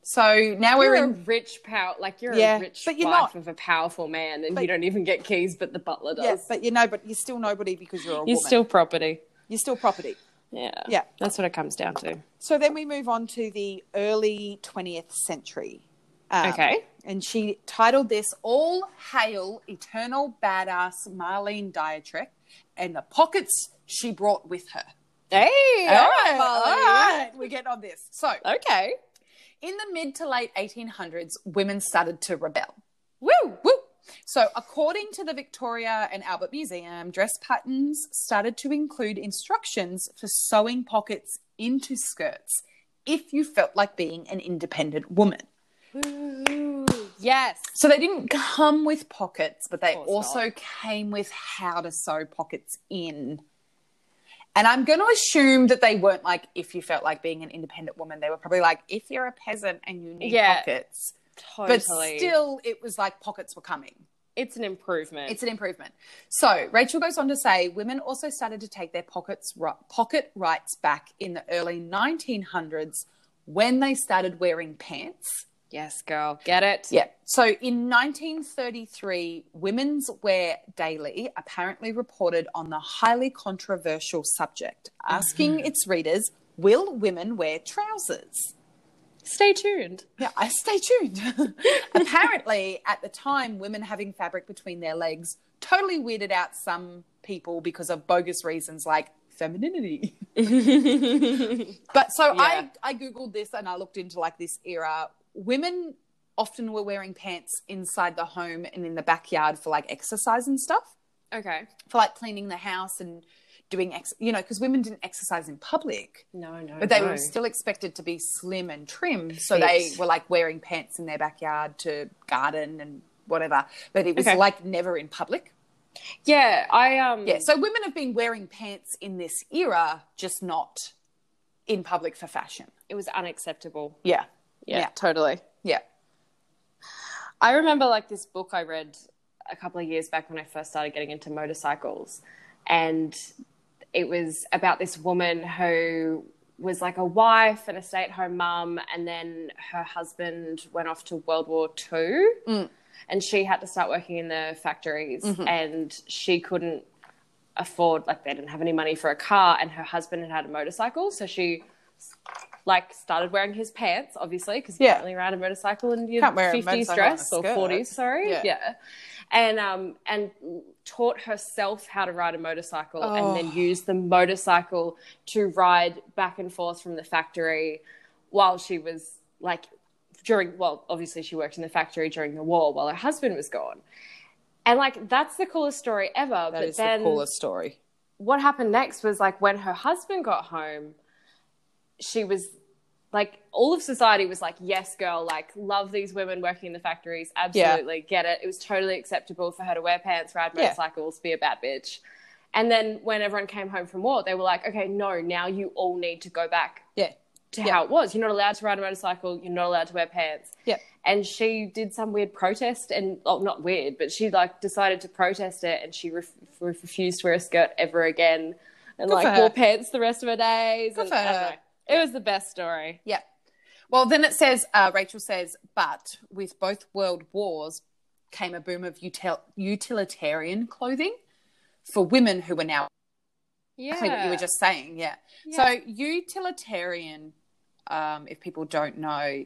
[SPEAKER 2] so now we're
[SPEAKER 1] You're a
[SPEAKER 2] in
[SPEAKER 1] rich power like you're
[SPEAKER 2] Yeah,
[SPEAKER 1] a rich
[SPEAKER 2] but you're
[SPEAKER 1] wife
[SPEAKER 2] not.
[SPEAKER 1] of a powerful man and
[SPEAKER 2] But-
[SPEAKER 1] you don't even get keys but the butler does.
[SPEAKER 2] yeah, but you know, but you're still nobody because you're a
[SPEAKER 1] You're
[SPEAKER 2] woman.
[SPEAKER 1] still property.
[SPEAKER 2] you're still property.
[SPEAKER 1] Yeah.
[SPEAKER 2] Yeah.
[SPEAKER 1] That's what it comes down to.
[SPEAKER 2] So then we move on to the early 20th century. Um,
[SPEAKER 1] Okay.
[SPEAKER 2] And she titled this All Hail Eternal Badass Marlene Dietrich and the Pockets She Brought With Her.
[SPEAKER 1] Hey. All right.
[SPEAKER 2] We're getting on this. So
[SPEAKER 1] Okay.
[SPEAKER 2] in the mid to late 1800s, women started to rebel.
[SPEAKER 1] Woo.
[SPEAKER 2] Woo! So, according to the Victoria and Albert Museum, dress patterns started to include instructions for sewing pockets into skirts if you felt like being an independent woman.
[SPEAKER 1] Yes.
[SPEAKER 2] So, they didn't come with pockets, but they
[SPEAKER 1] Of course
[SPEAKER 2] also came with how to sew pockets in. And I'm going to assume that they weren't like, if you felt like being an independent woman, they were probably like, if you're a peasant and you need
[SPEAKER 1] Yeah,
[SPEAKER 2] pockets.
[SPEAKER 1] Totally.
[SPEAKER 2] But still, it was like pockets were coming.
[SPEAKER 1] it's an improvement.
[SPEAKER 2] It's an improvement. So Rachel goes on to say women also started to take their pockets ri- pocket rights back in the early 1900s when they started wearing pants.
[SPEAKER 1] yes, girl. Get it?
[SPEAKER 2] Yeah. So in 1933, Women's Wear Daily apparently reported on the highly controversial subject, asking its readers, "Will women wear trousers?"
[SPEAKER 1] Stay tuned.
[SPEAKER 2] Yeah, I stay tuned. Apparently, at the time, women having fabric between their legs totally weirded out some people because of bogus reasons like femininity. But so
[SPEAKER 1] Yeah.
[SPEAKER 2] I, I googled this and I looked into like this era. Women often were wearing pants inside the home and in the backyard for like exercise and stuff,
[SPEAKER 1] okay.
[SPEAKER 2] for like cleaning the house and doing ex, you know, because women didn't exercise in public,
[SPEAKER 1] No, no.
[SPEAKER 2] but they
[SPEAKER 1] no.
[SPEAKER 2] were still expected to be slim and trim, so they
[SPEAKER 1] Fit.
[SPEAKER 2] were like wearing pants in their backyard to garden and whatever. But it was
[SPEAKER 1] Okay.
[SPEAKER 2] like never in public.
[SPEAKER 1] Yeah, I um
[SPEAKER 2] Yeah, so women have been wearing pants in this era, just not in public for fashion.
[SPEAKER 1] it was unacceptable.
[SPEAKER 2] Yeah.
[SPEAKER 1] Yeah,
[SPEAKER 2] Yeah.
[SPEAKER 1] totally.
[SPEAKER 2] Yeah.
[SPEAKER 1] I remember like this book I read a couple of years back when I first started getting into motorcycles and it was about this woman who was like a wife and a stay-at-home mum and then her husband went off to World War II
[SPEAKER 2] Mm. Mm-hmm.
[SPEAKER 1] and she had to start working in the factories and she couldn't afford like they didn't have any money for a car and her husband had had a motorcycle so she like started wearing his pants obviously because you
[SPEAKER 2] Yeah.
[SPEAKER 1] can't really ride a motorcycle in your
[SPEAKER 2] Can't wear a
[SPEAKER 1] 50s
[SPEAKER 2] motorcycle
[SPEAKER 1] dress
[SPEAKER 2] on
[SPEAKER 1] or
[SPEAKER 2] a skirt.
[SPEAKER 1] 40s sorry
[SPEAKER 2] Yeah.
[SPEAKER 1] yeah, and um and taught herself how to ride a motorcycle and then used the motorcycle to ride back and forth from the factory while she was like during well obviously she worked in the factory during the war while her husband was gone and like that's the coolest story ever
[SPEAKER 2] That
[SPEAKER 1] but
[SPEAKER 2] is
[SPEAKER 1] then
[SPEAKER 2] the coolest story.
[SPEAKER 1] what happened next was like when her husband got home, she was like, all of society was like, yes, girl, like, love these women working in the factories. Absolutely get it. It was totally acceptable for her to wear pants, ride
[SPEAKER 2] Yeah.
[SPEAKER 1] motorcycles, be a bad bitch. And then when everyone came home from war, they were like, okay, no, now you all need to go back
[SPEAKER 2] Yeah.
[SPEAKER 1] to
[SPEAKER 2] Yeah.
[SPEAKER 1] how it was. You're not allowed to ride a motorcycle. You're not allowed to wear pants.
[SPEAKER 2] Yeah.
[SPEAKER 1] And she did some weird protest, and oh, not weird, but she like decided to protest it, and she ref- ref- refused to wear a skirt ever again, and
[SPEAKER 2] Good for
[SPEAKER 1] like
[SPEAKER 2] her.
[SPEAKER 1] wore pants the rest of her days.
[SPEAKER 2] Good
[SPEAKER 1] and
[SPEAKER 2] for
[SPEAKER 1] I don't
[SPEAKER 2] her.
[SPEAKER 1] know. It was the best story.
[SPEAKER 2] Yeah. Well, then it says, uh, Rachel says, but with both world wars came a boom of util- utilitarian clothing for women who were now
[SPEAKER 1] Yeah.
[SPEAKER 2] exactly what you were just saying. Yeah. So utilitarian, um, if people don't know,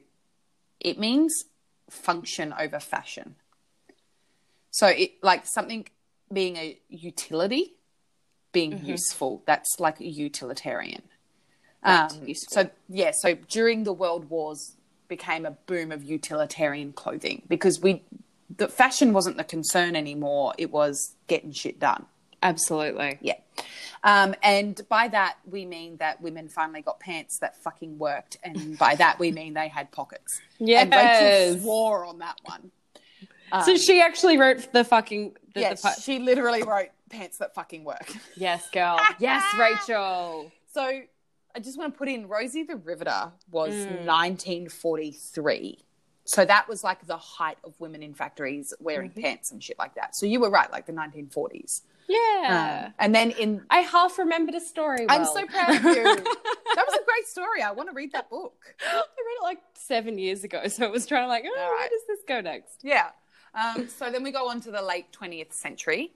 [SPEAKER 2] it means function over fashion. So it like something being a utility, being
[SPEAKER 1] Mm-hmm.
[SPEAKER 2] useful. That's like a utilitarian.
[SPEAKER 1] That's
[SPEAKER 2] Um,
[SPEAKER 1] useful.
[SPEAKER 2] So yeah. So during the world wars, became a boom of utilitarian clothing because we, the fashion wasn't the concern anymore. It was getting shit done.
[SPEAKER 1] absolutely.
[SPEAKER 2] Yeah. Um, and by that, we mean that women finally got pants that fucking worked. And by that, we mean they had pockets. And Rachel
[SPEAKER 1] Yes.
[SPEAKER 2] swore on that one. Um,
[SPEAKER 1] so she actually wrote the fucking the,
[SPEAKER 2] Yeah,
[SPEAKER 1] the pu-
[SPEAKER 2] she literally wrote pants that fucking work.
[SPEAKER 1] yes, girl. yes, Rachel.
[SPEAKER 2] So I just want to put in Rosie the Riveter was 1943. So that was like the height of women in factories wearing pants and shit like that. So you were right, like the 1940s.
[SPEAKER 1] Yeah.
[SPEAKER 2] Um, and then in
[SPEAKER 1] I half remembered a story.
[SPEAKER 2] I'm
[SPEAKER 1] well.
[SPEAKER 2] so proud of you. that was a great story. I want to read that book.
[SPEAKER 1] I read it like seven years ago, so it was trying to like, oh, where
[SPEAKER 2] right.
[SPEAKER 1] does this go next?
[SPEAKER 2] Yeah. Um, so then we go on to the late 20th century.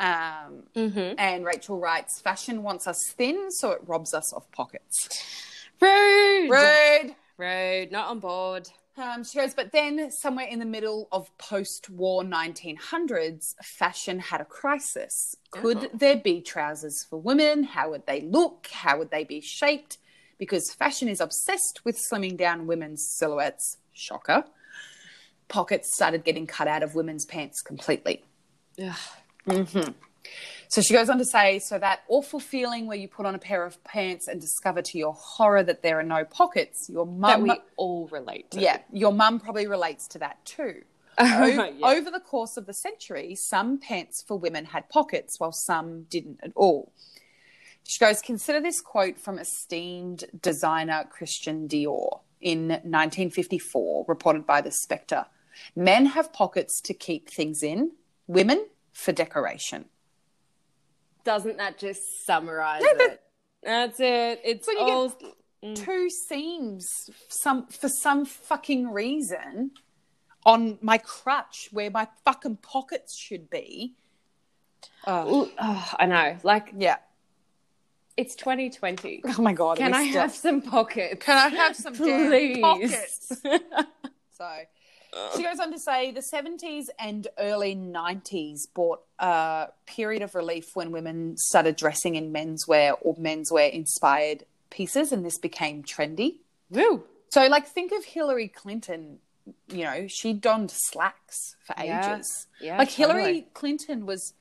[SPEAKER 2] Um, And Rachel writes Fashion wants us thin, so it robs us of pockets.
[SPEAKER 1] Rude,
[SPEAKER 2] Rude.
[SPEAKER 1] rude, not on board.
[SPEAKER 2] Um, she goes, but then somewhere in the middle of post war 1900s, fashion had a crisis. Could there be trousers for women? How would they look? How would they be shaped? Because fashion is obsessed with slimming down women's silhouettes. Shocker. Pockets started getting cut out of women's pants completely.
[SPEAKER 1] Ugh.
[SPEAKER 2] So she goes on to say, so that awful feeling where you put on a pair of pants and discover to your horror that there are no pockets, your
[SPEAKER 1] That
[SPEAKER 2] mum.
[SPEAKER 1] we all relate to.
[SPEAKER 2] Um, yeah, your mum probably relates to that too. Over,
[SPEAKER 1] Yeah.
[SPEAKER 2] over the course of the century, some pants for women had pockets, while some didn't at all. She goes, consider this quote from esteemed designer Christian Dior in 1954, reported by The Spectre Men have pockets to keep things in, women for decoration.
[SPEAKER 1] Doesn't that just summarize
[SPEAKER 2] but-
[SPEAKER 1] it? That's it. It's
[SPEAKER 2] when you get-
[SPEAKER 1] all.
[SPEAKER 2] two seams some for some fucking reason on my crutch where my fucking pockets should be.
[SPEAKER 1] Ooh, oh, I know. Like
[SPEAKER 2] Yeah.
[SPEAKER 1] It's 2020.
[SPEAKER 2] Oh my god!
[SPEAKER 1] Can
[SPEAKER 2] we
[SPEAKER 1] I
[SPEAKER 2] still-
[SPEAKER 1] have some pockets?
[SPEAKER 2] Can I have some damn
[SPEAKER 1] Please.
[SPEAKER 2] pockets? So she goes on to say the 70s and early 90s brought a period of relief when women started dressing in menswear or menswear inspired pieces, and this became trendy.
[SPEAKER 1] Woo.
[SPEAKER 2] So, like, think of Hillary Clinton. You know, she donned slacks for
[SPEAKER 1] Yeah.
[SPEAKER 2] ages.
[SPEAKER 1] Yeah,
[SPEAKER 2] like Hillary
[SPEAKER 1] totally.
[SPEAKER 2] Clinton was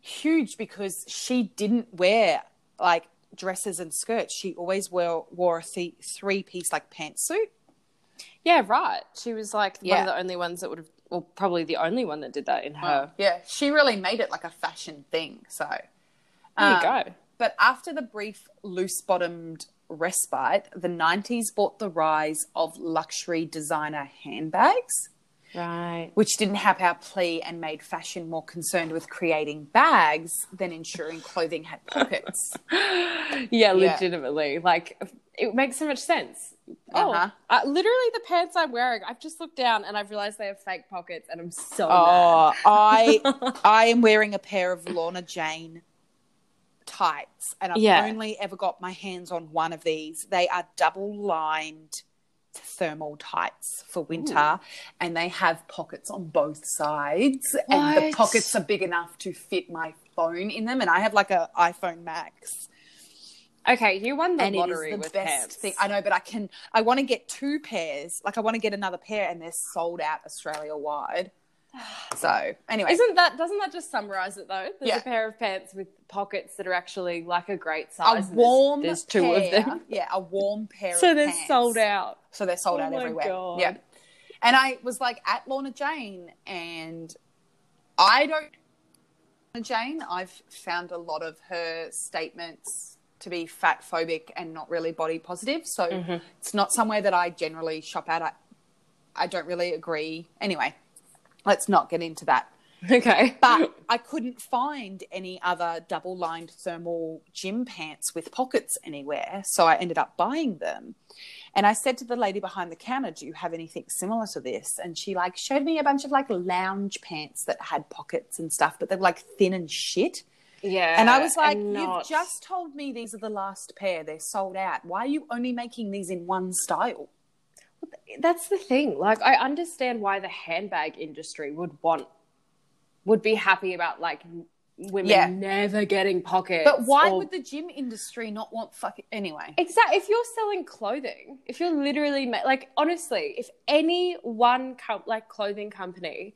[SPEAKER 2] huge because she didn't wear like dresses and skirts. She always wore wore a th- three piece like pantsuit.
[SPEAKER 1] Yeah, right. She was like one
[SPEAKER 2] Yeah.
[SPEAKER 1] of the only ones that would have, well, probably the only one that did that in her.
[SPEAKER 2] Yeah, she really made it like a fashion thing. So
[SPEAKER 1] There you
[SPEAKER 2] um,
[SPEAKER 1] go.
[SPEAKER 2] But after the brief loose bottomed respite, the 90s brought the rise of luxury designer handbags,
[SPEAKER 1] Right.
[SPEAKER 2] which didn't have our plea and made fashion more concerned with creating bags than ensuring clothing had pockets.
[SPEAKER 1] Yeah, legitimately. Like, it makes so much sense.
[SPEAKER 2] Uh-huh.
[SPEAKER 1] Oh, uh, literally, the pants I'm wearing, I've just looked down and I've realized they have fake pockets, and I'm so
[SPEAKER 2] Oh, I I am wearing a pair of Lorna Jane tights, and I've
[SPEAKER 1] Yeah.
[SPEAKER 2] only ever got my hands on one of these. They are double lined thermal tights for winter, and they have pockets on both sides, and
[SPEAKER 1] What?
[SPEAKER 2] the pockets are big enough to fit my phone in them. And I have like a iPhone Max,
[SPEAKER 1] mad. Okay, you won the
[SPEAKER 2] and it is
[SPEAKER 1] lottery
[SPEAKER 2] the
[SPEAKER 1] with
[SPEAKER 2] best
[SPEAKER 1] pants.
[SPEAKER 2] thing I know. But I can, I want to get two pairs. Like I want to get another pair, and they're sold out Australia wide. So anyway,
[SPEAKER 1] Isn't that doesn't that just summarize it though? There's
[SPEAKER 2] Yeah.
[SPEAKER 1] a pair of pants with pockets that are actually like a great
[SPEAKER 2] a
[SPEAKER 1] size. and
[SPEAKER 2] warm
[SPEAKER 1] There's, there's two
[SPEAKER 2] pair-
[SPEAKER 1] of them,
[SPEAKER 2] Yeah, a warm pair
[SPEAKER 1] so
[SPEAKER 2] of
[SPEAKER 1] they're
[SPEAKER 2] pants.
[SPEAKER 1] sold out.
[SPEAKER 2] So they're sold
[SPEAKER 1] Oh
[SPEAKER 2] out
[SPEAKER 1] my
[SPEAKER 2] everywhere.
[SPEAKER 1] God.
[SPEAKER 2] Yeah. And I was like at Lorna Jane and I don't Lorna Jane, I've found a lot of her statements to be fat phobic and not really body positive. So
[SPEAKER 1] Mm-hmm.
[SPEAKER 2] it's not somewhere that I generally shop at. I, I don't really agree. Anyway, let's not get into that
[SPEAKER 1] Okay,
[SPEAKER 2] but I couldn't find any other double lined thermal gym pants with pockets anywhere. So I ended up buying them. And I said to the lady behind the counter, Do you have anything similar to this? And she like showed me a bunch of like lounge pants that had pockets and stuff, but they were like thin and shit.
[SPEAKER 1] yeah,
[SPEAKER 2] And I was like,
[SPEAKER 1] not-
[SPEAKER 2] You've just told me these are the last pair. They're sold out. Why are you only making these in one style?
[SPEAKER 1] that's the thing. Like, I understand why the handbag industry would want would be happy about like n- women
[SPEAKER 2] Yeah.
[SPEAKER 1] never getting pockets.
[SPEAKER 2] But why
[SPEAKER 1] or-
[SPEAKER 2] would the gym industry not want fucking. Anyway.
[SPEAKER 1] Exactly. If you're selling clothing, if you're literally ma- like honestly, if any one com- like clothing company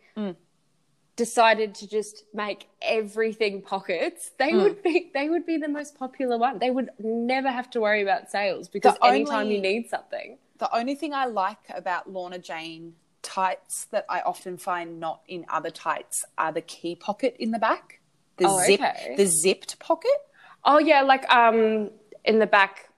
[SPEAKER 1] decided to just make everything pockets, they would be they would be the most popular one. They would never have to worry about sales because
[SPEAKER 2] The
[SPEAKER 1] anytime
[SPEAKER 2] only-
[SPEAKER 1] you need something,
[SPEAKER 2] The only thing I like about Lorna Jane tights that I often find not in other tights are the key pocket in the back. The
[SPEAKER 1] Oh,
[SPEAKER 2] zip
[SPEAKER 1] okay.
[SPEAKER 2] the zipped pocket.
[SPEAKER 1] oh yeah, like um in the back,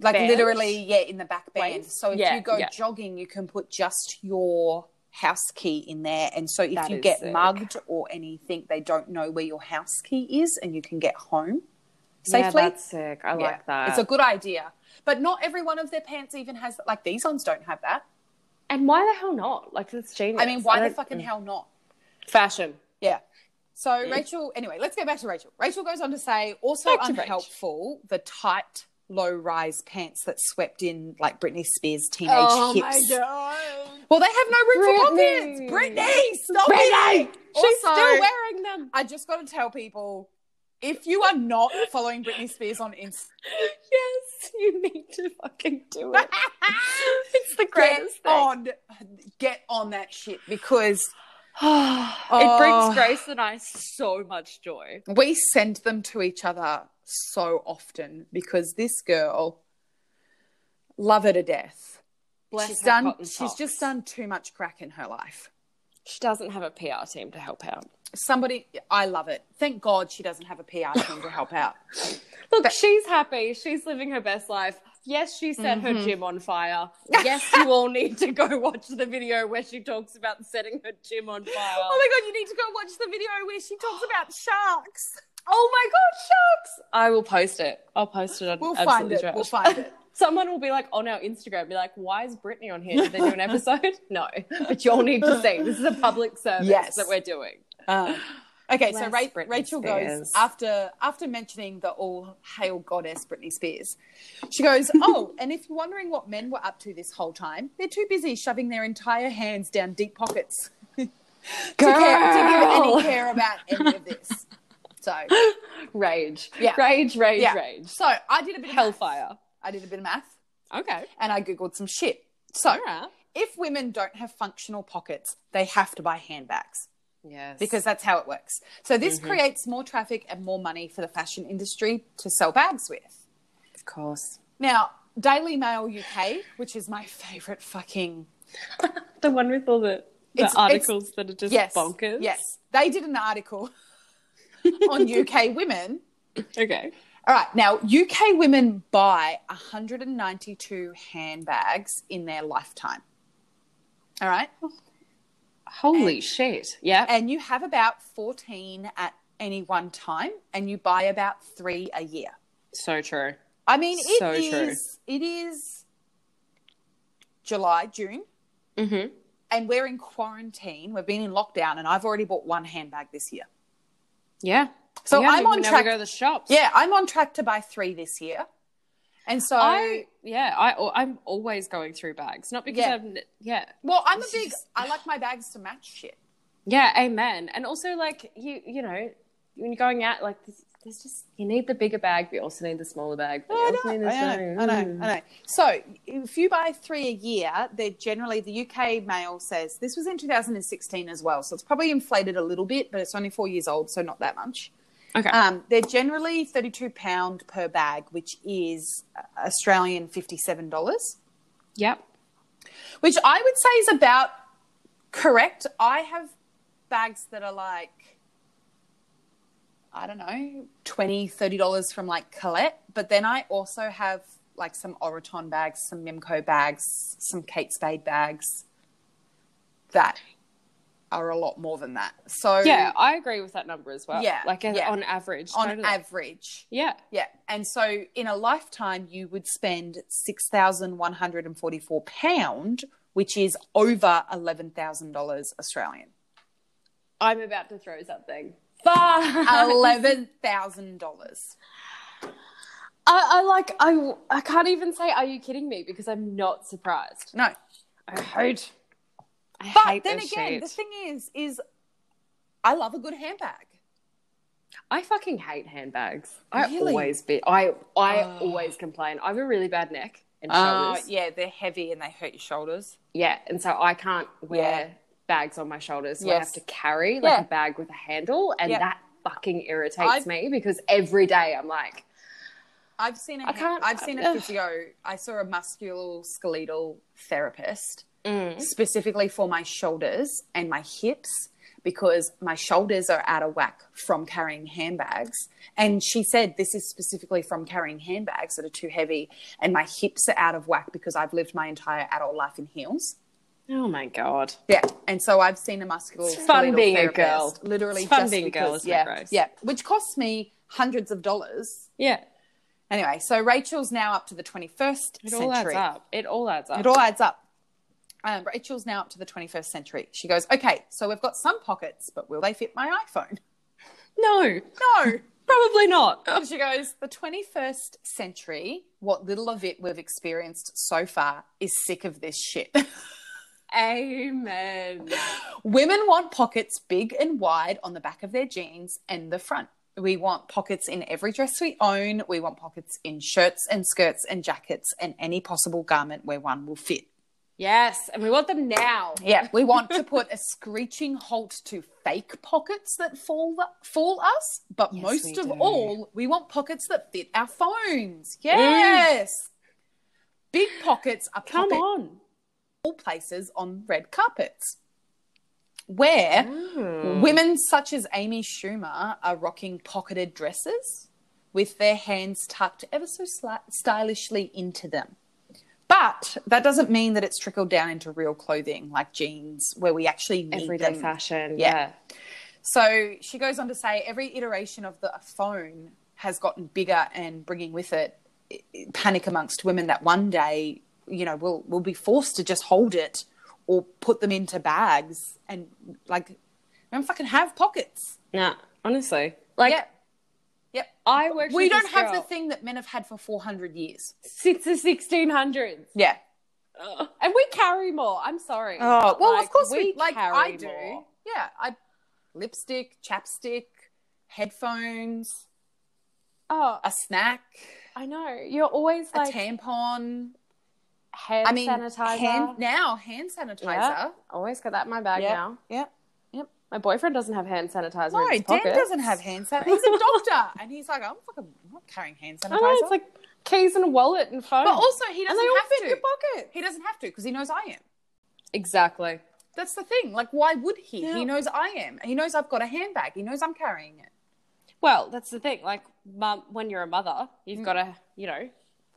[SPEAKER 2] Like
[SPEAKER 1] Band?
[SPEAKER 2] literally, yeah, in the back band.
[SPEAKER 1] Waist?
[SPEAKER 2] So if
[SPEAKER 1] Yeah,
[SPEAKER 2] you go
[SPEAKER 1] yeah.
[SPEAKER 2] jogging, you can put just your house key in there. And so if
[SPEAKER 1] That
[SPEAKER 2] you
[SPEAKER 1] is
[SPEAKER 2] get
[SPEAKER 1] sick.
[SPEAKER 2] mugged or anything, they don't know where your house key is and you can get home
[SPEAKER 1] Yeah,
[SPEAKER 2] safely.
[SPEAKER 1] that's sick. I
[SPEAKER 2] Yeah.
[SPEAKER 1] like that.
[SPEAKER 2] It's a good idea. But not every one of their pants even has like these ones don't have that.
[SPEAKER 1] and why the hell not? Like it's genius.
[SPEAKER 2] I mean, why the
[SPEAKER 1] don't-
[SPEAKER 2] fucking hell not?
[SPEAKER 1] fashion?
[SPEAKER 2] Yeah. So Rachel, anyway, let's go back to Rachel. Rachel goes on to say, also
[SPEAKER 1] Back to Rach.
[SPEAKER 2] unhelpful, the tight low rise pants that swept in like Britney Spears' teenage
[SPEAKER 1] Oh
[SPEAKER 2] hips.
[SPEAKER 1] my god.
[SPEAKER 2] Well, they have no room
[SPEAKER 1] Britney.
[SPEAKER 2] for pockets. Britney, stop
[SPEAKER 1] Britney!
[SPEAKER 2] it.
[SPEAKER 1] She's
[SPEAKER 2] Also,
[SPEAKER 1] still wearing them.
[SPEAKER 2] I just got to tell people, if you are not following Britney Spears on Instagram,
[SPEAKER 1] yes, you need to fucking do it. it's the
[SPEAKER 2] get
[SPEAKER 1] greatest
[SPEAKER 2] on, get on that shit because
[SPEAKER 1] thing. it
[SPEAKER 2] Oh.
[SPEAKER 1] brings Grace and I so much joy.
[SPEAKER 2] we send them to each other so often because this girl love her to death
[SPEAKER 1] Bless
[SPEAKER 2] she's
[SPEAKER 1] her
[SPEAKER 2] done
[SPEAKER 1] cotton
[SPEAKER 2] she's
[SPEAKER 1] socks.
[SPEAKER 2] just done too much crack in her life
[SPEAKER 1] She doesn't have a PR team to help out.
[SPEAKER 2] somebody i love it thank god she doesn't have a pr team to help out
[SPEAKER 1] Look, she's happy. She's living her best life. Yes, she set
[SPEAKER 2] Mm-hmm.
[SPEAKER 1] her gym on fire. Yes, you all need to go watch the video where she talks about setting her gym on fire.
[SPEAKER 2] oh my god you need to go watch the video where she talks about sharks
[SPEAKER 1] Oh my god, sharks! I will post it. I'll post it on.
[SPEAKER 2] we'll find
[SPEAKER 1] Absolutely
[SPEAKER 2] it
[SPEAKER 1] Trash.
[SPEAKER 2] we'll find it
[SPEAKER 1] Someone will be like on our Instagram, be like, "Why is Brittany on here? Did they do an episode? no, but you all need to see. This is a public service
[SPEAKER 2] Yes.
[SPEAKER 1] that we're doing."
[SPEAKER 2] Um, Okay, so
[SPEAKER 1] Bless
[SPEAKER 2] Ra-
[SPEAKER 1] Britney
[SPEAKER 2] Rachel goes
[SPEAKER 1] Spears.
[SPEAKER 2] after after mentioning the all hail goddess Britney Spears. She goes, "Oh, and if you're wondering what men were up to this whole time, they're too busy shoving their entire hands down deep pockets to, care, to give
[SPEAKER 1] Girl.
[SPEAKER 2] any care about any of this." So,
[SPEAKER 1] Rage.
[SPEAKER 2] Yeah.
[SPEAKER 1] Rage, rage,
[SPEAKER 2] Yeah.
[SPEAKER 1] rage.
[SPEAKER 2] so I did a bit of Math.
[SPEAKER 1] Hellfire.
[SPEAKER 2] I did a bit of math,
[SPEAKER 1] Okay.
[SPEAKER 2] and I googled some shit. So,
[SPEAKER 1] All right.
[SPEAKER 2] if women don't have functional pockets, they have to buy handbags.
[SPEAKER 1] Yes.
[SPEAKER 2] because that's how it works. So this creates more traffic and more money for the fashion industry to sell bags with.
[SPEAKER 1] of course.
[SPEAKER 2] Now, Daily Mail UK, which is my favorite fucking
[SPEAKER 1] The one with all the, the
[SPEAKER 2] It's- it's-
[SPEAKER 1] articles that are just
[SPEAKER 2] yes,
[SPEAKER 1] bonkers.
[SPEAKER 2] yes, they did an article on UK women.
[SPEAKER 1] Okay.
[SPEAKER 2] All right, now UK women buy 192 handbags in their lifetime. All right,
[SPEAKER 1] Holy shit. Yeah.
[SPEAKER 2] and you have about 14 at any one time, and you buy about three a year.
[SPEAKER 1] so true.
[SPEAKER 2] I mean, it
[SPEAKER 1] So
[SPEAKER 2] is.
[SPEAKER 1] true.
[SPEAKER 2] It is July, June,
[SPEAKER 1] Mm-hmm.
[SPEAKER 2] and we're in quarantine. We've been in lockdown, and I've already bought one handbag this year.
[SPEAKER 1] Yeah.
[SPEAKER 2] So
[SPEAKER 1] You haven't
[SPEAKER 2] I'm
[SPEAKER 1] even
[SPEAKER 2] on
[SPEAKER 1] been able
[SPEAKER 2] track-
[SPEAKER 1] to go to the shops.
[SPEAKER 2] Yeah, I'm on track to buy three this year, and so
[SPEAKER 1] I yeah I al- I'm always going through bags not because
[SPEAKER 2] Yeah.
[SPEAKER 1] I'm yeah
[SPEAKER 2] well, I'm a big. I like my bags to match shit.
[SPEAKER 1] yeah amen and also like you you know when you're going out like there's, there's just you need the bigger bag but you also need the smaller bag but you
[SPEAKER 2] I
[SPEAKER 1] also
[SPEAKER 2] know, I
[SPEAKER 1] need
[SPEAKER 2] know,
[SPEAKER 1] the
[SPEAKER 2] I
[SPEAKER 1] smaller-
[SPEAKER 2] know, I know. So if you buy three a year, they're generally the UK Mail says this was in 2016 as well, so it's probably inflated a little bit, but it's only four years old, so not that much.
[SPEAKER 1] okay
[SPEAKER 2] Um, they're generally thirty-two pound per bag, which is uh, Australian fifty-seven dollars,
[SPEAKER 1] yep
[SPEAKER 2] which I would say is about correct. I have bags that are like I don't know, 20 dollars from like Colette, but then I also have like some Oraton bags, some Mimco bags, some Kate Spade bags that are a lot more than that. So
[SPEAKER 1] yeah I agree with that number as well
[SPEAKER 2] Yeah,
[SPEAKER 1] like as-
[SPEAKER 2] yeah.
[SPEAKER 1] on average
[SPEAKER 2] on
[SPEAKER 1] totally.
[SPEAKER 2] average.
[SPEAKER 1] yeah
[SPEAKER 2] Yeah. And so in a lifetime, you would spend £6,144, which is over $11,000 Australian.
[SPEAKER 1] I'm about to throw something but
[SPEAKER 2] $11,000.
[SPEAKER 1] I, I like I I can't even say are you kidding me because I'm not surprised
[SPEAKER 2] No.
[SPEAKER 1] I hate I
[SPEAKER 2] But
[SPEAKER 1] hate
[SPEAKER 2] then
[SPEAKER 1] this
[SPEAKER 2] again,
[SPEAKER 1] shit.
[SPEAKER 2] the thing is, is I love a good handbag.
[SPEAKER 1] I fucking hate handbags. I
[SPEAKER 2] Really?
[SPEAKER 1] always be I I
[SPEAKER 2] Oh.
[SPEAKER 1] always complain. I have a really bad neck and
[SPEAKER 2] Oh,
[SPEAKER 1] shoulders. yeah.
[SPEAKER 2] yeah, they're heavy and they hurt your shoulders.
[SPEAKER 1] and so I can't wear
[SPEAKER 2] Yeah.
[SPEAKER 1] bags on my shoulders. So I
[SPEAKER 2] Yes.
[SPEAKER 1] have to carry like
[SPEAKER 2] Yeah.
[SPEAKER 1] a bag with a handle and
[SPEAKER 2] Yeah.
[SPEAKER 1] that fucking irritates
[SPEAKER 2] I've-
[SPEAKER 1] me because every day I'm like,
[SPEAKER 2] I've seen a
[SPEAKER 1] I can't-
[SPEAKER 2] have seen a
[SPEAKER 1] ugh.
[SPEAKER 2] physio. I saw a musculoskeletal therapist
[SPEAKER 1] Mm.
[SPEAKER 2] specifically for my shoulders and my hips because my shoulders are out of whack from carrying handbags. And she said this is specifically from carrying handbags that are too heavy, and my hips are out of whack because I've lived my entire adult life in heels.
[SPEAKER 1] oh my god.
[SPEAKER 2] Yeah, and so I've seen a muscular.
[SPEAKER 1] It's fun being a
[SPEAKER 2] therapist,
[SPEAKER 1] girl.
[SPEAKER 2] Literally,
[SPEAKER 1] It's fun
[SPEAKER 2] just
[SPEAKER 1] being a girl,
[SPEAKER 2] because-
[SPEAKER 1] isn't it,
[SPEAKER 2] yeah,
[SPEAKER 1] Rose?
[SPEAKER 2] yeah, which costs me hundreds of dollars.
[SPEAKER 1] Yeah.
[SPEAKER 2] Anyway, so Rachel's now up to the twenty-first
[SPEAKER 1] It
[SPEAKER 2] century.
[SPEAKER 1] all adds up. It all adds up.
[SPEAKER 2] It all adds up. Um, Rachel's now up to the 21st century. She goes, okay, so we've got some pockets, but will they fit my iPhone?
[SPEAKER 1] no.
[SPEAKER 2] No.
[SPEAKER 1] Probably not.
[SPEAKER 2] And she goes, the 21st century, what little of it we've experienced so far, is sick of this shit.
[SPEAKER 1] Amen.
[SPEAKER 2] Women want pockets big and wide on the back of their jeans and the front. We want pockets in every dress we own. We want pockets in shirts and skirts and jackets and any possible garment where one will fit.
[SPEAKER 1] Yes, and we want them now.
[SPEAKER 2] Yeah, we want to put a screeching halt to fake pockets that fall fall us, but
[SPEAKER 1] Yes,
[SPEAKER 2] most
[SPEAKER 1] we
[SPEAKER 2] of
[SPEAKER 1] do.
[SPEAKER 2] all, we want pockets that fit our phones. Yes. Big pockets are
[SPEAKER 1] Come
[SPEAKER 2] pocket
[SPEAKER 1] on.
[SPEAKER 2] all places on red carpets. Where
[SPEAKER 1] Mm.
[SPEAKER 2] women such as Amy Schumer are rocking pocketed dresses with their hands tucked ever so sli- stylishly into them. But that doesn't mean that it's trickled down into real clothing like jeans, where we actually need
[SPEAKER 1] Everyday
[SPEAKER 2] them.
[SPEAKER 1] fashion.
[SPEAKER 2] Yeah. So she goes on to say every iteration of the phone has gotten bigger and bringing with it i- i- panic amongst women that one day, you know, we'll, we'll be forced to just hold it or put them into bags and like We don't fucking have pockets.
[SPEAKER 1] Nah, honestly. Like,
[SPEAKER 2] yep. Yep.
[SPEAKER 1] I worked
[SPEAKER 2] We
[SPEAKER 1] with
[SPEAKER 2] don't
[SPEAKER 1] this
[SPEAKER 2] have the
[SPEAKER 1] girl
[SPEAKER 2] thing that men have had for 400 years.
[SPEAKER 1] since the 1600s.
[SPEAKER 2] Yeah.
[SPEAKER 1] And we carry more. I'm sorry.
[SPEAKER 2] Oh,
[SPEAKER 1] But,
[SPEAKER 2] well,
[SPEAKER 1] like,
[SPEAKER 2] of course we, like
[SPEAKER 1] carry
[SPEAKER 2] I do.
[SPEAKER 1] more.
[SPEAKER 2] Yeah, I lipstick, chapstick, headphones,
[SPEAKER 1] Oh,
[SPEAKER 2] a snack,
[SPEAKER 1] I know. You're always like
[SPEAKER 2] a tampon.
[SPEAKER 1] hand
[SPEAKER 2] I mean,
[SPEAKER 1] sanitizer.
[SPEAKER 2] hand now hand sanitizer.
[SPEAKER 1] Yeah. Always got that in my bag
[SPEAKER 2] Yeah.
[SPEAKER 1] now.
[SPEAKER 2] Yeah.
[SPEAKER 1] My boyfriend doesn't have hand sanitizer.
[SPEAKER 2] No,
[SPEAKER 1] in his
[SPEAKER 2] Dan
[SPEAKER 1] pocket.
[SPEAKER 2] doesn't have hand sanitizer. He's a doctor, and he's like, I'm fucking I'm not carrying hand sanitizer.
[SPEAKER 1] I know, it's like keys and wallet and phone.
[SPEAKER 2] but also, he
[SPEAKER 1] and
[SPEAKER 2] doesn't
[SPEAKER 1] they all
[SPEAKER 2] have
[SPEAKER 1] fit in
[SPEAKER 2] to.
[SPEAKER 1] your pocket.
[SPEAKER 2] He doesn't have to because he knows I am.
[SPEAKER 1] Exactly.
[SPEAKER 2] That's the thing. Like, why would he?
[SPEAKER 1] Yeah.
[SPEAKER 2] He knows I am. He knows I've got a handbag. He knows I'm carrying it.
[SPEAKER 1] Well, that's the thing. Like, mum, when you're a mother, you've got to, you know,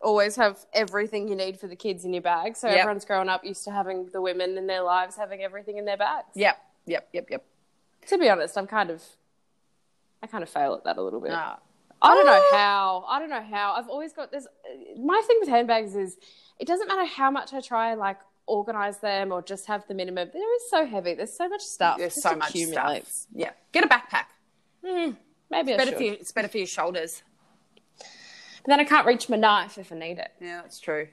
[SPEAKER 1] Mm. always have everything you need for the kids in your bag. So
[SPEAKER 2] Yep.
[SPEAKER 1] everyone's growing up used to having the women in their lives having everything in their bags.
[SPEAKER 2] Yep. Yep. Yep. Yep.
[SPEAKER 1] To be honest, I'm kind of, I kind of fail at that a little bit.
[SPEAKER 2] Ah.
[SPEAKER 1] I don't know
[SPEAKER 2] Ah.
[SPEAKER 1] how. I don't know how. I've always got this. My thing with handbags is it doesn't matter how much I try and like organize them or just have the minimum. They're always so heavy. There's so much stuff.
[SPEAKER 2] There's
[SPEAKER 1] Just
[SPEAKER 2] so much stuff.
[SPEAKER 1] accumulates.
[SPEAKER 2] Yeah. Get a backpack.
[SPEAKER 1] Maybe I
[SPEAKER 2] better
[SPEAKER 1] should.
[SPEAKER 2] for your, it's better for your shoulders.
[SPEAKER 1] But then I can't reach my knife if I need it.
[SPEAKER 2] Yeah, that's true.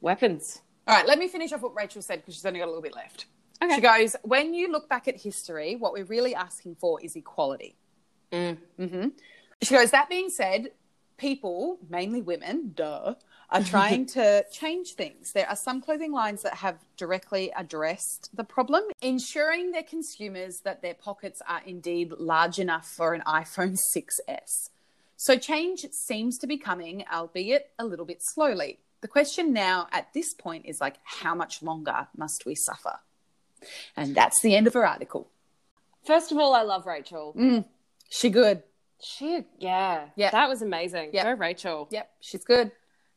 [SPEAKER 1] Weapons.
[SPEAKER 2] All right, let me finish off what Rachel said because she's only got a little bit left.
[SPEAKER 1] Okay.
[SPEAKER 2] She goes, when you look back at history, what we're really asking for is equality. hmm She goes, that being said, people, mainly women, duh, are trying to change things. There are some clothing lines that have directly addressed the problem, ensuring their consumers that their pockets are indeed large enough for an iPhone 6S. So change seems to be coming, albeit a little bit slowly. The question now at this point is like, how much longer must we suffer? And that's the end of her article.
[SPEAKER 1] First of all, I love Rachel.
[SPEAKER 2] She good.
[SPEAKER 1] She, yeah,
[SPEAKER 2] Mm. Yeah.
[SPEAKER 1] that was amazing.
[SPEAKER 2] Yeah.
[SPEAKER 1] Go Rachel.
[SPEAKER 2] Yep, she's good.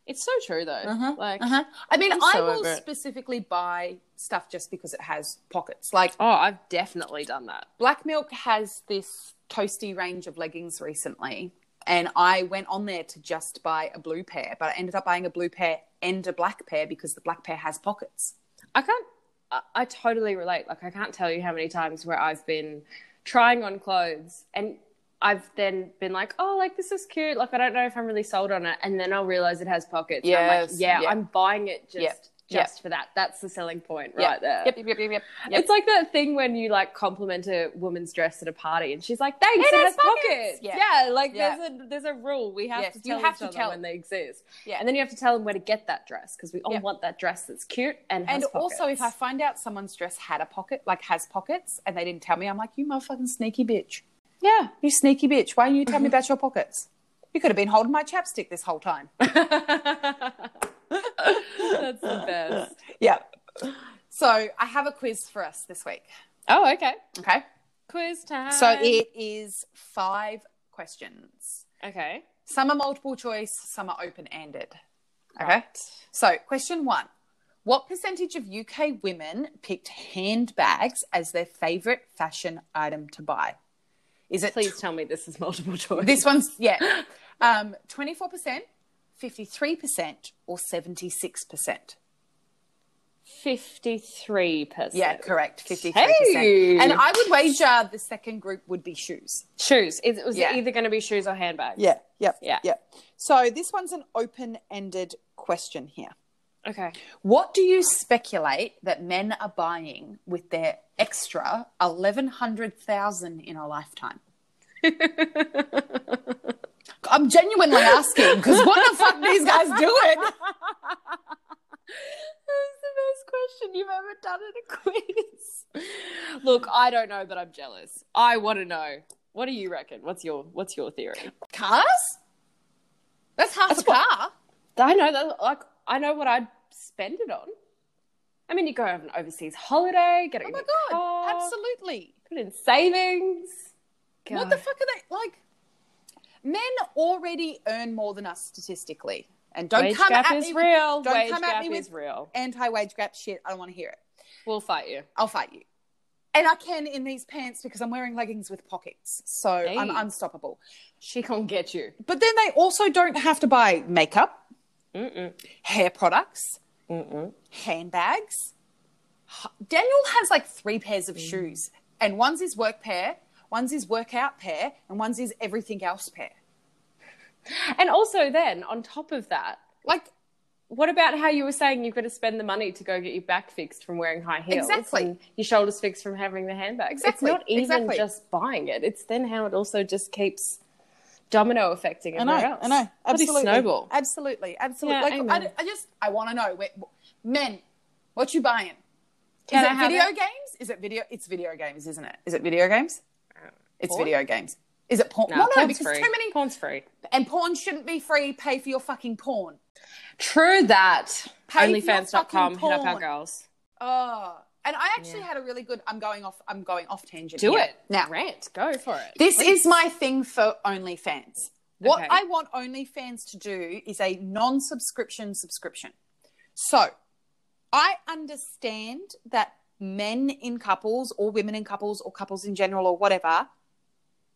[SPEAKER 1] It's so true though.
[SPEAKER 2] Uh-huh,
[SPEAKER 1] Like,
[SPEAKER 2] uh-huh. I mean,
[SPEAKER 1] I'm
[SPEAKER 2] I
[SPEAKER 1] so
[SPEAKER 2] will
[SPEAKER 1] over it.
[SPEAKER 2] specifically buy stuff just because it has pockets. Like
[SPEAKER 1] oh, I've definitely done that.
[SPEAKER 2] Black Milk has this toasty range of leggings recently, and I went on there to just buy a blue pair, but I ended up buying a blue pair and a black pair because the black pair has pockets.
[SPEAKER 1] I can't. I, I totally relate. Like I can't tell you how many times where I've been trying on clothes and I've then been like, oh, like this is cute. Like I don't know if I'm really sold on it, and then I'll realize it has pockets. and I'm like,
[SPEAKER 2] Yes,
[SPEAKER 1] yeah,
[SPEAKER 2] yeah.
[SPEAKER 1] I'm buying it just
[SPEAKER 2] Yep, yep.
[SPEAKER 1] just for that. That's the selling point
[SPEAKER 2] Yep,
[SPEAKER 1] right there.
[SPEAKER 2] Yep, yep, yep, yep, yep. yep.
[SPEAKER 1] It's like that thing when you like compliment a woman's dress at a party, and she's like, "Thanks,
[SPEAKER 2] It
[SPEAKER 1] it,
[SPEAKER 2] has
[SPEAKER 1] has pockets."
[SPEAKER 2] pockets.
[SPEAKER 1] Yeah. like
[SPEAKER 2] Yeah.
[SPEAKER 1] there's a there's a rule we have
[SPEAKER 2] Yes,
[SPEAKER 1] to
[SPEAKER 2] you
[SPEAKER 1] tell
[SPEAKER 2] have
[SPEAKER 1] each
[SPEAKER 2] to
[SPEAKER 1] other
[SPEAKER 2] tell.
[SPEAKER 1] when they exist.
[SPEAKER 2] Yeah.
[SPEAKER 1] and then you have to tell them where to get that dress because we all
[SPEAKER 2] Yeah.
[SPEAKER 1] want that dress that's cute and has
[SPEAKER 2] and also, if I
[SPEAKER 1] pockets.
[SPEAKER 2] find out someone's dress had a pocket, like has pockets, and they didn't tell me, I'm like, you motherfucking sneaky bitch.
[SPEAKER 1] yeah,
[SPEAKER 2] You sneaky bitch. Why didn't you tell me about your pockets? You could have been holding my chapstick this whole time.
[SPEAKER 1] That's the best.
[SPEAKER 2] yeah. So I have a quiz for us this week.
[SPEAKER 1] Oh, okay.
[SPEAKER 2] Okay.
[SPEAKER 1] Quiz time.
[SPEAKER 2] So it is five questions.
[SPEAKER 1] Okay.
[SPEAKER 2] Some are multiple choice, some are open ended. Okay. So question one What percentage of UK women picked handbags as their favorite fashion item to buy? Is it
[SPEAKER 1] Please tell me this is multiple choice.
[SPEAKER 2] This one's yeah. Um, 24%, 53% or 76%.
[SPEAKER 1] fifty-three percent.
[SPEAKER 2] Yeah, correct. 53%.
[SPEAKER 1] Hey!
[SPEAKER 2] And I would wager the second group would be shoes.
[SPEAKER 1] Shoes. It was
[SPEAKER 2] Yeah.
[SPEAKER 1] either going to be shoes or handbags.
[SPEAKER 2] yep.
[SPEAKER 1] Yeah.
[SPEAKER 2] Yep. So this one's an open-ended question here.
[SPEAKER 1] Okay.
[SPEAKER 2] What do you speculate that men are buying with their extra 1100,000 in a lifetime? I'm genuinely asking because what the fuck these guys doing?
[SPEAKER 1] That's the best question you've ever done in a quiz. Look, I don't know, but I'm jealous. I want to know. What do you reckon? What's your What's your theory?
[SPEAKER 2] Cars? That's half a
[SPEAKER 1] what-
[SPEAKER 2] car. Oh
[SPEAKER 1] I know that. Like, I know what I'd spend it on. I mean, you go on an overseas holiday, get a
[SPEAKER 2] Oh
[SPEAKER 1] new
[SPEAKER 2] my god,
[SPEAKER 1] car,
[SPEAKER 2] absolutely.
[SPEAKER 1] put in savings.
[SPEAKER 2] What
[SPEAKER 1] God.
[SPEAKER 2] the fuck are they like? Men already earn more than us statistically, and don't
[SPEAKER 1] Wage
[SPEAKER 2] come
[SPEAKER 1] gap
[SPEAKER 2] at
[SPEAKER 1] is
[SPEAKER 2] me. with-
[SPEAKER 1] real.
[SPEAKER 2] don't
[SPEAKER 1] Wage
[SPEAKER 2] come at
[SPEAKER 1] gap
[SPEAKER 2] me with-
[SPEAKER 1] is real.
[SPEAKER 2] Anti-wage gap shit. I don't want to hear it.
[SPEAKER 1] We'll fight you.
[SPEAKER 2] I'll fight you. And I can in these pants because I'm wearing leggings with pockets, so I'm
[SPEAKER 1] Hey.
[SPEAKER 2] unstoppable.
[SPEAKER 1] She can't get you.
[SPEAKER 2] But then they also don't have to buy makeup,
[SPEAKER 1] Mm-mm.
[SPEAKER 2] hair products,
[SPEAKER 1] Mm-mm.
[SPEAKER 2] Mm. handbags. H- Daniel has like three pairs of shoes. And one's his work pair, one's his workout pair, and one's his everything else pair.
[SPEAKER 1] And also, then on top of that,
[SPEAKER 2] Like,
[SPEAKER 1] what about how you were saying you've got to spend the money to go get your back fixed from wearing high heels
[SPEAKER 2] Exactly.
[SPEAKER 1] and your shoulders fixed from having the handbags?
[SPEAKER 2] Exactly,
[SPEAKER 1] It's not even
[SPEAKER 2] exactly.
[SPEAKER 1] just buying it. It's then how it also just keeps domino affecting
[SPEAKER 2] I
[SPEAKER 1] everyone
[SPEAKER 2] know,
[SPEAKER 1] else.
[SPEAKER 2] I know,
[SPEAKER 1] Bloody
[SPEAKER 2] absolutely,
[SPEAKER 1] snowball.
[SPEAKER 2] absolutely, absolutely.
[SPEAKER 1] Yeah,
[SPEAKER 2] like, I,
[SPEAKER 1] amen.
[SPEAKER 2] d- I just, I want to know, where, men, what you buying?
[SPEAKER 1] Can
[SPEAKER 2] is
[SPEAKER 1] I
[SPEAKER 2] it
[SPEAKER 1] have
[SPEAKER 2] video
[SPEAKER 1] it?
[SPEAKER 2] games? Is it video? It's video games, isn't it? Is it video games? It's
[SPEAKER 1] Porn?
[SPEAKER 2] video games. Is it porn?
[SPEAKER 1] No,
[SPEAKER 2] No, no,
[SPEAKER 1] porn's
[SPEAKER 2] because
[SPEAKER 1] free.
[SPEAKER 2] too many
[SPEAKER 1] Porn's free.
[SPEAKER 2] and porn shouldn't be free. Pay for your fucking porn.
[SPEAKER 1] True that.
[SPEAKER 2] Pay for your
[SPEAKER 1] Onlyfans.com. Hit
[SPEAKER 2] fucking
[SPEAKER 1] up our
[SPEAKER 2] porn.
[SPEAKER 1] girls.
[SPEAKER 2] Oh, and I actually had a really good. I'm going off. I'm going off tangent.
[SPEAKER 1] Do
[SPEAKER 2] here.
[SPEAKER 1] it
[SPEAKER 2] now.
[SPEAKER 1] Rant. Go for it.
[SPEAKER 2] This is my thing for OnlyFans. What
[SPEAKER 1] Okay.
[SPEAKER 2] I want OnlyFans to do is a non subscription subscription. So I understand that men in couples or women in couples or couples in general or whatever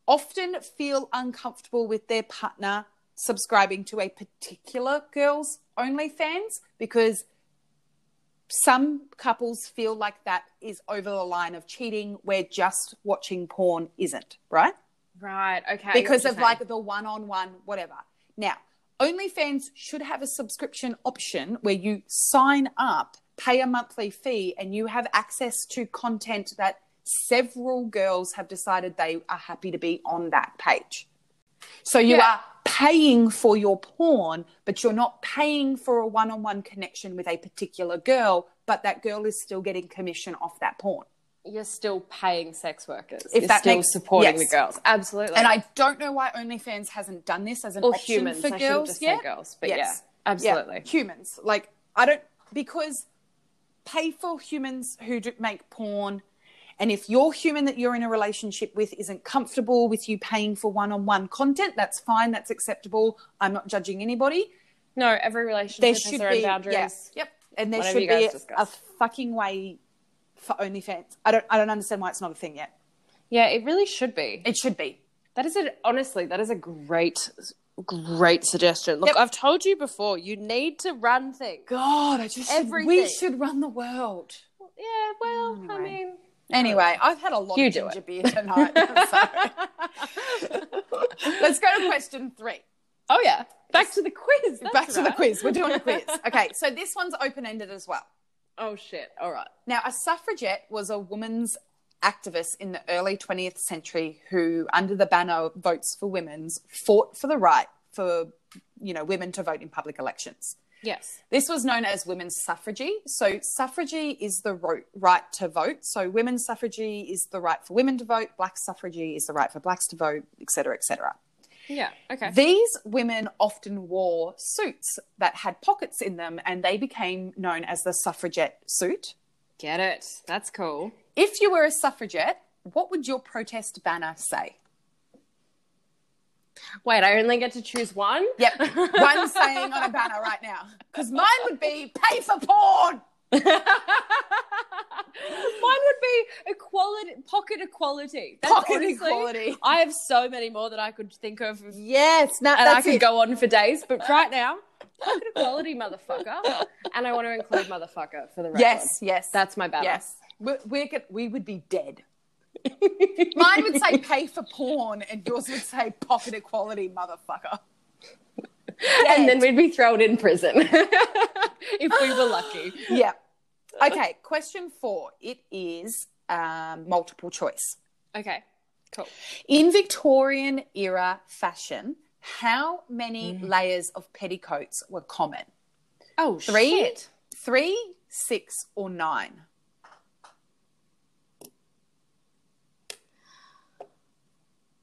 [SPEAKER 2] often feel uncomfortable with their partner subscribing to a particular girl's OnlyFans because some couples feel like that is over the line of cheating where just watching porn isn't, right?
[SPEAKER 1] right. Okay. I get
[SPEAKER 2] because
[SPEAKER 1] what
[SPEAKER 2] of
[SPEAKER 1] you're saying.
[SPEAKER 2] like the one on one, whatever. Now, OnlyFans should have a subscription option where you sign up, pay a monthly fee, and you have access to content that several girls have decided they are happy to be on that page. So you
[SPEAKER 1] Yeah.
[SPEAKER 2] are paying for your porn, but you're not paying for a one on one connection with a particular girl, but that girl is still getting commission off that porn.
[SPEAKER 1] you're still paying sex workers.
[SPEAKER 2] If
[SPEAKER 1] you're
[SPEAKER 2] that
[SPEAKER 1] still
[SPEAKER 2] makes-
[SPEAKER 1] supporting
[SPEAKER 2] yes.
[SPEAKER 1] the girls. Absolutely.
[SPEAKER 2] And I don't know why OnlyFans hasn't done this as an
[SPEAKER 1] or
[SPEAKER 2] option
[SPEAKER 1] humans.
[SPEAKER 2] for
[SPEAKER 1] I should
[SPEAKER 2] girls
[SPEAKER 1] just
[SPEAKER 2] yet.
[SPEAKER 1] say girls, but
[SPEAKER 2] Yes.
[SPEAKER 1] yeah,
[SPEAKER 2] Yeah,
[SPEAKER 1] absolutely.
[SPEAKER 2] humans. Like I don't because pay for humans who do make porn, and if your human that you're in a relationship with isn't comfortable with you paying for one-on-one content, that's fine. That's acceptable. I'm not judging anybody.
[SPEAKER 1] No, every relationship
[SPEAKER 2] There
[SPEAKER 1] has
[SPEAKER 2] should
[SPEAKER 1] their own
[SPEAKER 2] be
[SPEAKER 1] boundaries.
[SPEAKER 2] yes, yep, and there
[SPEAKER 1] Whatever
[SPEAKER 2] should
[SPEAKER 1] you guys
[SPEAKER 2] be a, a
[SPEAKER 1] discuss.
[SPEAKER 2] fucking way for OnlyFans. I don't. I don't understand why it's not a thing yet.
[SPEAKER 1] Yeah, it really should be.
[SPEAKER 2] It should be.
[SPEAKER 1] That is a honestly, that is a great, great suggestion. Look,
[SPEAKER 2] Yep.
[SPEAKER 1] I've told you before, you need to run things.
[SPEAKER 2] God, I just should, we
[SPEAKER 1] Everything.
[SPEAKER 2] should run the world.
[SPEAKER 1] Yeah, well, I
[SPEAKER 2] Anyway.
[SPEAKER 1] mean,
[SPEAKER 2] Anyway, I've had a lot
[SPEAKER 1] You
[SPEAKER 2] of
[SPEAKER 1] do
[SPEAKER 2] ginger
[SPEAKER 1] it.
[SPEAKER 2] beer tonight. so. Let's go to question three.
[SPEAKER 1] oh yeah, back to the quiz. That's
[SPEAKER 2] Back to the
[SPEAKER 1] right.
[SPEAKER 2] quiz. We're doing a quiz. Okay, so this one's open ended as well.
[SPEAKER 1] Oh shit! All right.
[SPEAKER 2] Now, a suffragette was a woman's activist in the early 20th century who, under the banner of Votes for Women's, fought for the right for you know women to vote in public elections.
[SPEAKER 1] Yes.
[SPEAKER 2] This was known as women's suffrage. So, suffrage is the ro- right to vote. So, women's suffrage is the right for women to vote, black suffrage is the right for blacks to vote, et cetera, et cetera.
[SPEAKER 1] Yeah. Okay.
[SPEAKER 2] These women often wore suits that had pockets in them, and they became known as the suffragette suit.
[SPEAKER 1] Get it. That's cool.
[SPEAKER 2] If you were a suffragette, what would your protest banner say?
[SPEAKER 1] Wait, I only get to choose one.
[SPEAKER 2] Yep, one saying on a banner right now. Because mine would be pay for porn.
[SPEAKER 1] Mine would be equality, pocket equality. That's
[SPEAKER 2] Pocket
[SPEAKER 1] honestly-
[SPEAKER 2] equality.
[SPEAKER 1] I have so many more that I could think of, and
[SPEAKER 2] Yes, now
[SPEAKER 1] I could go on for days. But right now, pocket equality, motherfucker, and I want to include motherfucker for the record.
[SPEAKER 2] Yes, yes,
[SPEAKER 1] that's my battle.
[SPEAKER 2] Yes. We're, we're go- we would be dead. Mine would say pay for porn, and yours would say pocket equality, motherfucker.
[SPEAKER 1] and then we'd be thrown in prison if we were lucky.
[SPEAKER 2] Yeah. Okay, question four. It is um, multiple choice.
[SPEAKER 1] Okay, cool.
[SPEAKER 2] In Victorian era fashion, how many
[SPEAKER 1] Mm.
[SPEAKER 2] layers of petticoats were common?
[SPEAKER 1] Oh,
[SPEAKER 2] Three,
[SPEAKER 1] shit.
[SPEAKER 2] three, six, or nine?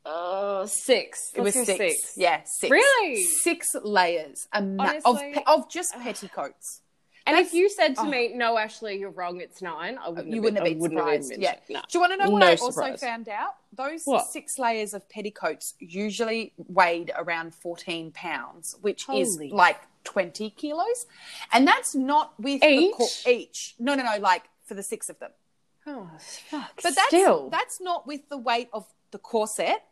[SPEAKER 1] Uh, six.
[SPEAKER 2] It
[SPEAKER 1] Let's
[SPEAKER 2] was
[SPEAKER 1] go
[SPEAKER 2] six. Yeah, six.
[SPEAKER 1] Really?
[SPEAKER 2] Six layers a ma- of,
[SPEAKER 1] Honestly- uh,
[SPEAKER 2] pe- of just petticoats.
[SPEAKER 1] And if
[SPEAKER 2] That's-
[SPEAKER 1] you said to
[SPEAKER 2] oh.
[SPEAKER 1] me, "No, Ashley, you're wrong. It's nine, I wouldn't.
[SPEAKER 2] you wouldn't have
[SPEAKER 1] I
[SPEAKER 2] been
[SPEAKER 1] wouldn't
[SPEAKER 2] surprised.
[SPEAKER 1] Have
[SPEAKER 2] yeah.
[SPEAKER 1] even mentioned-
[SPEAKER 2] Do you want to know what
[SPEAKER 1] No
[SPEAKER 2] I also
[SPEAKER 1] surprise.
[SPEAKER 2] found out? Those
[SPEAKER 1] What?
[SPEAKER 2] six layers of petticoats usually weighed around 14 pounds, which is
[SPEAKER 1] Holy.
[SPEAKER 2] like 20 kilos. And that's not with The
[SPEAKER 1] Each?
[SPEAKER 2] co- each. No, no, no, like for the six of them.
[SPEAKER 1] No. Oh, fuck.
[SPEAKER 2] But that's
[SPEAKER 1] still.
[SPEAKER 2] that's not with the weight of the corset,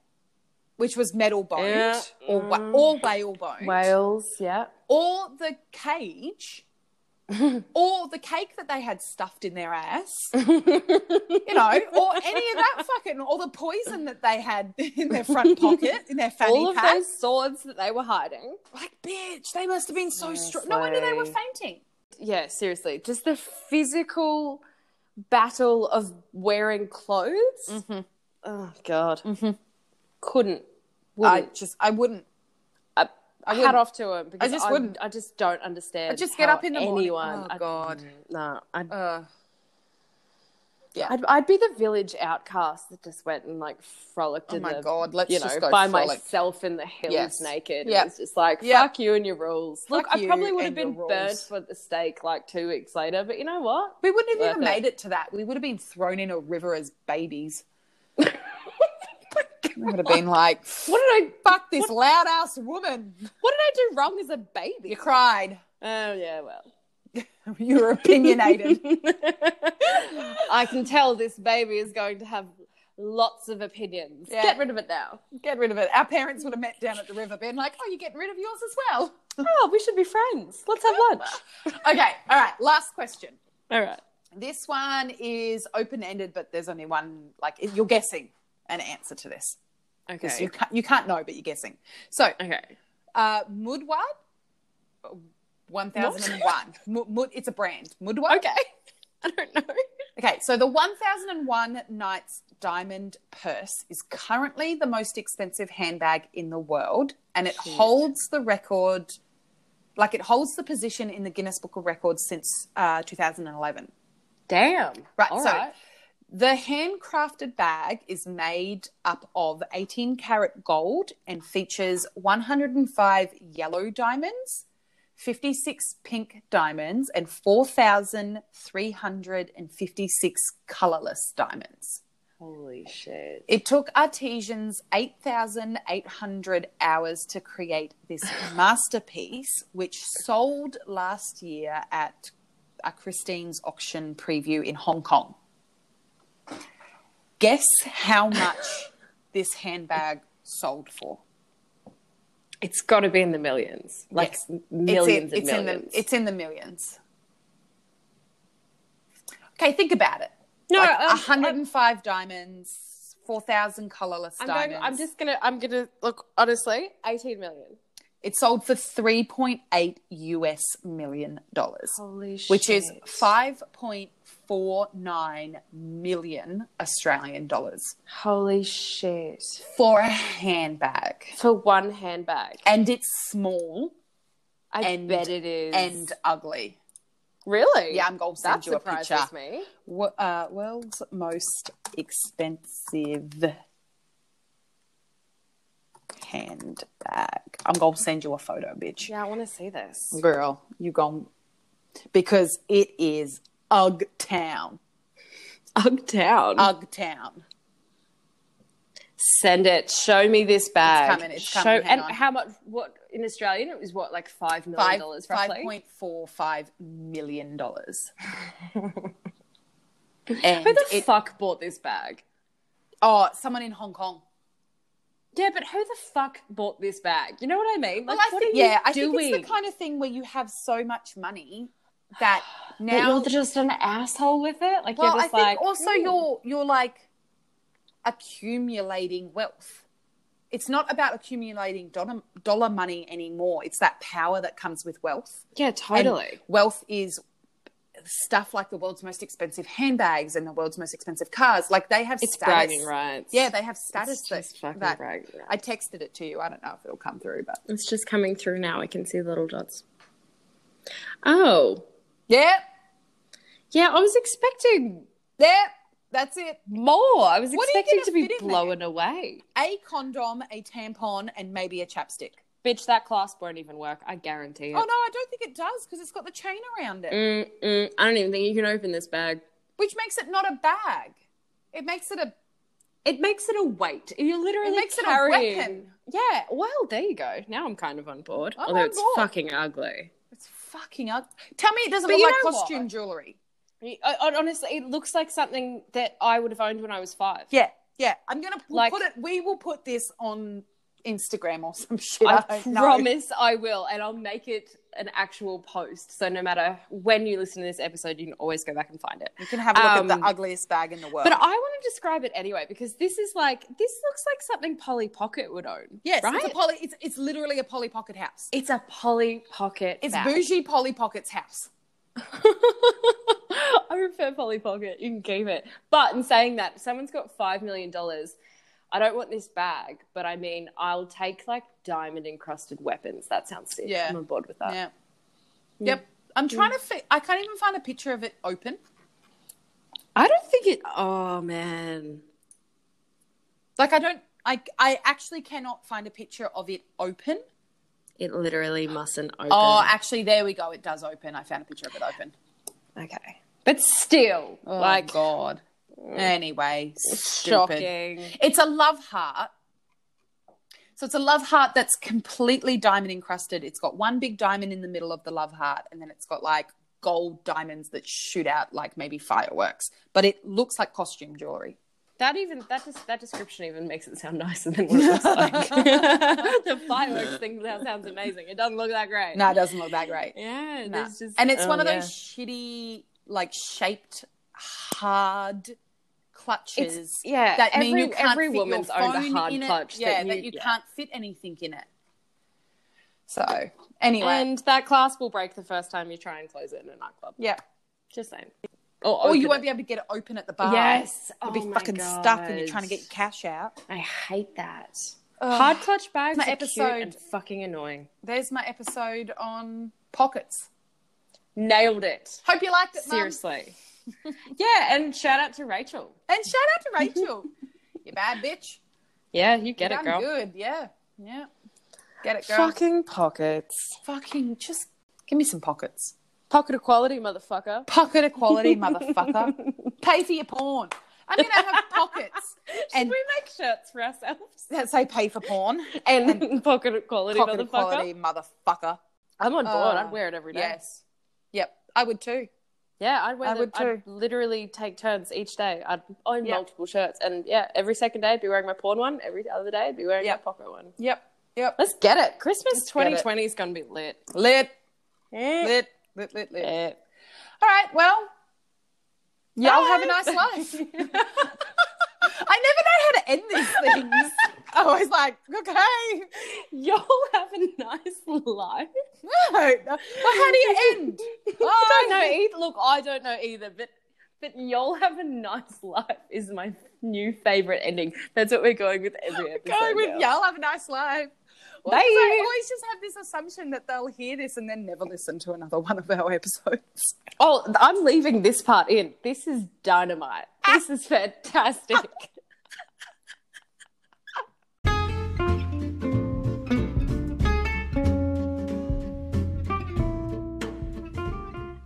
[SPEAKER 2] which was metal boned
[SPEAKER 1] Yeah. Mm.
[SPEAKER 2] or wa- or whale boned,
[SPEAKER 1] Wales, yeah.
[SPEAKER 2] or the cage, or the cake that they had stuffed in their ass, you know, or any of that fucking, or the poison that they had in their front pocket, in their fanny
[SPEAKER 1] All of
[SPEAKER 2] pack.
[SPEAKER 1] those swords that they were hiding.
[SPEAKER 2] Like, bitch, they must have been so strong. No wonder they were
[SPEAKER 1] Honestly.
[SPEAKER 2] fainting.
[SPEAKER 1] Yeah, seriously. Just the physical battle of wearing clothes.
[SPEAKER 2] Mm-hmm.
[SPEAKER 1] Oh, God. Couldn't.
[SPEAKER 2] I
[SPEAKER 1] Wouldn't.
[SPEAKER 2] just, I wouldn't.
[SPEAKER 1] I,
[SPEAKER 2] I
[SPEAKER 1] hat
[SPEAKER 2] wouldn't.
[SPEAKER 1] off to him because I
[SPEAKER 2] just
[SPEAKER 1] just
[SPEAKER 2] wouldn't.
[SPEAKER 1] I just don't understand.
[SPEAKER 2] I just get
[SPEAKER 1] how
[SPEAKER 2] up in the morning.
[SPEAKER 1] anyone.
[SPEAKER 2] Oh, God.
[SPEAKER 1] I, no, I,
[SPEAKER 2] Uh,
[SPEAKER 1] I'd, I'd be the village outcast that just went and like frolicked.
[SPEAKER 2] oh
[SPEAKER 1] in
[SPEAKER 2] my
[SPEAKER 1] the,
[SPEAKER 2] god, let's
[SPEAKER 1] You know,
[SPEAKER 2] just go
[SPEAKER 1] by
[SPEAKER 2] frolic.
[SPEAKER 1] myself in the hills
[SPEAKER 2] Yes.
[SPEAKER 1] naked.
[SPEAKER 2] Yep.
[SPEAKER 1] It was just like
[SPEAKER 2] Yep.
[SPEAKER 1] fuck you and your rules. Look,
[SPEAKER 2] Fuck
[SPEAKER 1] I probably
[SPEAKER 2] you
[SPEAKER 1] would have
[SPEAKER 2] and your
[SPEAKER 1] been burnt
[SPEAKER 2] rules.
[SPEAKER 1] for the stake like two weeks later, but you know what?
[SPEAKER 2] We wouldn't have
[SPEAKER 1] Worth
[SPEAKER 2] even
[SPEAKER 1] it.
[SPEAKER 2] made it to that. We would have been thrown in a river as babies. I would have been like,
[SPEAKER 1] What did I
[SPEAKER 2] fuck this loud ass woman.
[SPEAKER 1] what did I do wrong as a
[SPEAKER 2] You
[SPEAKER 1] baby?
[SPEAKER 2] cried.
[SPEAKER 1] Oh yeah, well.
[SPEAKER 2] You were opinionated.
[SPEAKER 1] I can tell this baby is going to have lots of opinions.
[SPEAKER 2] Yeah.
[SPEAKER 1] Get rid of it now.
[SPEAKER 2] Get rid of it. Our parents would have met down at the river, been like, oh, you're getting rid of yours as well.
[SPEAKER 1] Oh, we should be friends. Let's have lunch.
[SPEAKER 2] Okay, all right, last question.
[SPEAKER 1] All right.
[SPEAKER 2] This one is open ended, but there's only one, like, you're guessing an answer to this. 'Cause You, can't, you can't know, but you're guessing. So,
[SPEAKER 1] Okay.
[SPEAKER 2] Uh, Mudwad, uh, 1001. Mu- Mud, it's a brand. Mudwad.
[SPEAKER 1] Okay. I don't know.
[SPEAKER 2] Okay, so the 1001 Nights Diamond Purse is currently the most expensive handbag in the world, and it
[SPEAKER 1] Shit.
[SPEAKER 2] holds the record, like it holds the position in the Guinness Book of Records since uh, 2011.
[SPEAKER 1] Damn.
[SPEAKER 2] Right,
[SPEAKER 1] All
[SPEAKER 2] so-
[SPEAKER 1] right.
[SPEAKER 2] The handcrafted bag is made up of 18 karat gold and features 105 yellow diamonds, 56 pink diamonds, and 4,356 colorless diamonds.
[SPEAKER 1] Holy shit.
[SPEAKER 2] It took artisans 8,800 hours to create this masterpiece, which sold last year at a Christine's auction preview in Hong Kong. Guess how much this handbag sold for?
[SPEAKER 1] It's got to be in the millions. Like
[SPEAKER 2] Yes.
[SPEAKER 1] millions and
[SPEAKER 2] it's in, it's In
[SPEAKER 1] millions.
[SPEAKER 2] the, it's in the millions. Okay, think about it.
[SPEAKER 1] no, um,
[SPEAKER 2] like
[SPEAKER 1] I'm-
[SPEAKER 2] 105 diamonds, 4,000 colorless
[SPEAKER 1] I'm,
[SPEAKER 2] diamonds.
[SPEAKER 1] going, I'm just going to, I'm going to, look, honestly, 18 million.
[SPEAKER 2] It sold for 3.8 US million dollars,
[SPEAKER 1] Holy shit.
[SPEAKER 2] which is 5.49 million Australian dollars
[SPEAKER 1] Holy shit.
[SPEAKER 2] for a handbag.
[SPEAKER 1] For one handbag.
[SPEAKER 2] And it's small
[SPEAKER 1] I
[SPEAKER 2] And-
[SPEAKER 1] bet it is.
[SPEAKER 2] and ugly.
[SPEAKER 1] really?
[SPEAKER 2] Yeah, I'm going to send
[SPEAKER 1] That
[SPEAKER 2] you a
[SPEAKER 1] surprises
[SPEAKER 2] picture.
[SPEAKER 1] me.
[SPEAKER 2] Wo- uh, world's most expensive handbag. I'm going to send you a photo, bitch.
[SPEAKER 1] Yeah, I want to see this.
[SPEAKER 2] Girl, you gon' because it is Ugg Town.
[SPEAKER 1] Ugtown.
[SPEAKER 2] Ugg Town.
[SPEAKER 1] Uh, Send it. Show me this bag.
[SPEAKER 2] coming, it's coming,
[SPEAKER 1] Show,
[SPEAKER 2] hang
[SPEAKER 1] and
[SPEAKER 2] on.
[SPEAKER 1] how much? What in Australian? It was what like five million
[SPEAKER 2] Five
[SPEAKER 1] dollars
[SPEAKER 2] five
[SPEAKER 1] roughly.
[SPEAKER 2] point four five million dollars.
[SPEAKER 1] Who
[SPEAKER 2] and
[SPEAKER 1] the
[SPEAKER 2] it,
[SPEAKER 1] fuck bought this bag?
[SPEAKER 2] oh, someone in Hong Kong.
[SPEAKER 1] Yeah, but who the fuck bought this bag? You know what I mean? Like,
[SPEAKER 2] well, I
[SPEAKER 1] what
[SPEAKER 2] think,
[SPEAKER 1] are you
[SPEAKER 2] yeah, I
[SPEAKER 1] doing?
[SPEAKER 2] think it's the kind of thing where you have so much money that
[SPEAKER 1] That
[SPEAKER 2] now.
[SPEAKER 1] you're just an asshole with it. Like
[SPEAKER 2] well,
[SPEAKER 1] you're
[SPEAKER 2] I
[SPEAKER 1] just
[SPEAKER 2] think
[SPEAKER 1] like
[SPEAKER 2] also
[SPEAKER 1] "Mm."
[SPEAKER 2] you're you're like accumulating wealth. It's not about accumulating dollar, dollar money anymore. It's that power that comes with wealth.
[SPEAKER 1] yeah
[SPEAKER 2] And
[SPEAKER 1] totally.
[SPEAKER 2] wealth is stuff like the world's most expensive handbags and the world's most expensive cars. Like they have
[SPEAKER 1] It's
[SPEAKER 2] status.
[SPEAKER 1] bragging rights.
[SPEAKER 2] Yeah, they have
[SPEAKER 1] it's
[SPEAKER 2] status. that-
[SPEAKER 1] just fucking
[SPEAKER 2] that-
[SPEAKER 1] bragging rights.
[SPEAKER 2] I texted it to you. I don't know if it'll come through, but
[SPEAKER 1] It's just coming through now. I can see little dots. Oh,
[SPEAKER 2] yeah,
[SPEAKER 1] yeah. I was expecting
[SPEAKER 2] yeah, that's it.
[SPEAKER 1] more. I was
[SPEAKER 2] What are you
[SPEAKER 1] expecting
[SPEAKER 2] gonna
[SPEAKER 1] to be
[SPEAKER 2] fit in there?
[SPEAKER 1] blown away.
[SPEAKER 2] A condom, a tampon, and maybe a chapstick.
[SPEAKER 1] Bitch, that clasp won't even work. I guarantee it.
[SPEAKER 2] Oh no, I don't think it does because it's got the chain around it,
[SPEAKER 1] Mm, mm, I don't even think you can open this bag.
[SPEAKER 2] which makes it not a bag. It makes it a
[SPEAKER 1] It makes it a weight. You're literally
[SPEAKER 2] it makes
[SPEAKER 1] carrying.
[SPEAKER 2] it a weapon.
[SPEAKER 1] Yeah. Well, there you go. Now I'm kind of on board.
[SPEAKER 2] I'm
[SPEAKER 1] although
[SPEAKER 2] on
[SPEAKER 1] it's
[SPEAKER 2] board.
[SPEAKER 1] fucking ugly.
[SPEAKER 2] It's fucking up. Tell me it doesn't
[SPEAKER 1] But
[SPEAKER 2] look
[SPEAKER 1] you
[SPEAKER 2] like
[SPEAKER 1] know what?
[SPEAKER 2] costume jewelry.
[SPEAKER 1] I- I- honestly, it looks like something that I would have owned when I was five.
[SPEAKER 2] Yeah, yeah. I'm gonna we'll
[SPEAKER 1] Like-
[SPEAKER 2] put it. We will put this on Instagram or some shit.
[SPEAKER 1] I
[SPEAKER 2] don't know.
[SPEAKER 1] promise I will, and I'll make it an actual post. So no matter when you listen to this episode, you can always go back and find it.
[SPEAKER 2] You can have a look at
[SPEAKER 1] Um,
[SPEAKER 2] the ugliest bag in the world.
[SPEAKER 1] But I want to describe it anyway because this is like this looks like something Polly Pocket would own.
[SPEAKER 2] yes,
[SPEAKER 1] right.
[SPEAKER 2] it's, a poly, it's, it's literally a Polly Pocket house.
[SPEAKER 1] It's a Polly Pocket.
[SPEAKER 2] It's
[SPEAKER 1] bag.
[SPEAKER 2] bougie Polly Pocket's house.
[SPEAKER 1] I prefer Polly Pocket. You can keep it. But in saying that, if someone's got five million dollars. I don't want this bag, but I mean, I'll take like diamond encrusted weapons. That sounds sick.
[SPEAKER 2] Yeah.
[SPEAKER 1] I'm on board with that.
[SPEAKER 2] Yeah. Yep.
[SPEAKER 1] Mm.
[SPEAKER 2] I'm trying to. Fi- I can't even find a picture of it open.
[SPEAKER 1] I don't think it. Oh man.
[SPEAKER 2] Like I don't. I I actually cannot find a picture of it open.
[SPEAKER 1] It literally mustn't open.
[SPEAKER 2] Oh, actually, there we go. It does open. I found a picture of it open.
[SPEAKER 1] okay. But still,
[SPEAKER 2] Oh
[SPEAKER 1] like,
[SPEAKER 2] God. Anyway, stupid.
[SPEAKER 1] shocking.
[SPEAKER 2] It's a love heart. So it's a love heart that's completely diamond encrusted. It's got one big diamond in the middle of the love heart, and then it's got like gold diamonds that shoot out like maybe fireworks. But it looks like costume jewelry.
[SPEAKER 1] That even that des- that description even makes it sound nicer than what it looks like. the fireworks thing that sounds amazing. It doesn't look that great.
[SPEAKER 2] No, it doesn't look that great.
[SPEAKER 1] Yeah,
[SPEAKER 2] No.
[SPEAKER 1] there's just oh,
[SPEAKER 2] and it's
[SPEAKER 1] one
[SPEAKER 2] one of those shitty, like shaped, hard clutches.
[SPEAKER 1] yeah.
[SPEAKER 2] that
[SPEAKER 1] every,
[SPEAKER 2] mean you can't
[SPEAKER 1] every
[SPEAKER 2] fit your
[SPEAKER 1] woman's owned a
[SPEAKER 2] phone
[SPEAKER 1] hard
[SPEAKER 2] in it.
[SPEAKER 1] clutch.
[SPEAKER 2] Yeah, that you, can't fit anything in it. So anyway,
[SPEAKER 1] And that class will break the first time you try and close it in a nightclub.
[SPEAKER 2] yeah.
[SPEAKER 1] Just saying.
[SPEAKER 2] Or you
[SPEAKER 1] open
[SPEAKER 2] won't
[SPEAKER 1] it.
[SPEAKER 2] be able to get it open at the bar.
[SPEAKER 1] Yes.
[SPEAKER 2] you'll
[SPEAKER 1] Oh
[SPEAKER 2] be
[SPEAKER 1] my
[SPEAKER 2] fucking stuck, and you're
[SPEAKER 1] God.
[SPEAKER 2] trying to get your cash out.
[SPEAKER 1] I hate that.
[SPEAKER 2] Ugh.
[SPEAKER 1] Hard clutch bags
[SPEAKER 2] My
[SPEAKER 1] are cute
[SPEAKER 2] episode-
[SPEAKER 1] and fucking annoying.
[SPEAKER 2] There's my episode on pockets.
[SPEAKER 1] Nailed it.
[SPEAKER 2] Hope you liked it, Mum.
[SPEAKER 1] Seriously. yeah, and shout out to Rachel.
[SPEAKER 2] And shout out to Rachel. you bad bitch.
[SPEAKER 1] Yeah, you get
[SPEAKER 2] you
[SPEAKER 1] it, girl.
[SPEAKER 2] Good. Yeah. Yeah. Get it, girl.
[SPEAKER 1] Fucking pockets.
[SPEAKER 2] Fucking just give me some pockets.
[SPEAKER 1] Pocket of quality, motherfucker.
[SPEAKER 2] Pocket equality, motherfucker. Pay for your porn. I'm gonna have pockets
[SPEAKER 1] And
[SPEAKER 2] And-
[SPEAKER 1] we make shirts for ourselves.
[SPEAKER 2] that say pay for porn.
[SPEAKER 1] And, pocket of quality,
[SPEAKER 2] Pocket
[SPEAKER 1] motherfucker.
[SPEAKER 2] equality, motherfucker.
[SPEAKER 1] I'm on board.
[SPEAKER 2] Uh,
[SPEAKER 1] I'd wear it every day.
[SPEAKER 2] Yes. Yep. I would too.
[SPEAKER 1] Yeah, I'd wear
[SPEAKER 2] I
[SPEAKER 1] them.
[SPEAKER 2] would
[SPEAKER 1] I'd literally take turns each day. I'd own
[SPEAKER 2] Yep.
[SPEAKER 1] multiple shirts. And yeah, every second day I'd be wearing my porn one. Every other day I'd be wearing
[SPEAKER 2] Yep.
[SPEAKER 1] my pocket one.
[SPEAKER 2] Yep. Yep.
[SPEAKER 1] Let's get it. Christmas
[SPEAKER 2] Let's get it.
[SPEAKER 1] 2020 is going to be lit.
[SPEAKER 2] Lit.
[SPEAKER 1] Yeah.
[SPEAKER 2] Lit. Lit. Lit. Lit. All right. Well, y'all have a nice life. I never know how to end these things. I was like, okay.
[SPEAKER 1] Y'all have a nice life.
[SPEAKER 2] No. Well, how do you end?
[SPEAKER 1] I don't know either. Look, I don't know either, but but y'all have a nice life is my new favorite ending. That's what we're going with every episode.
[SPEAKER 2] Go with
[SPEAKER 1] now.
[SPEAKER 2] y'all have a nice life. Why
[SPEAKER 1] Bye.
[SPEAKER 2] does I always just have this assumption that they'll hear this and then never listen to another one of our episodes.
[SPEAKER 1] Oh, I'm leaving this part in. This is dynamite. This is fantastic.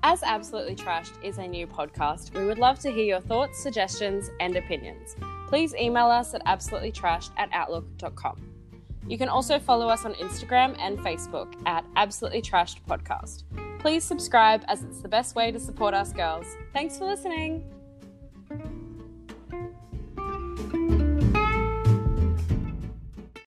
[SPEAKER 1] As Absolutely Trashed is a new podcast, we would love to hear your thoughts, suggestions, and opinions. Please email us at absolutelytrashed at outlook.com. You can also follow us on Instagram and Facebook at Absolutely Trashed Podcast. Please subscribe as it's the best way to support us girls. Thanks for listening.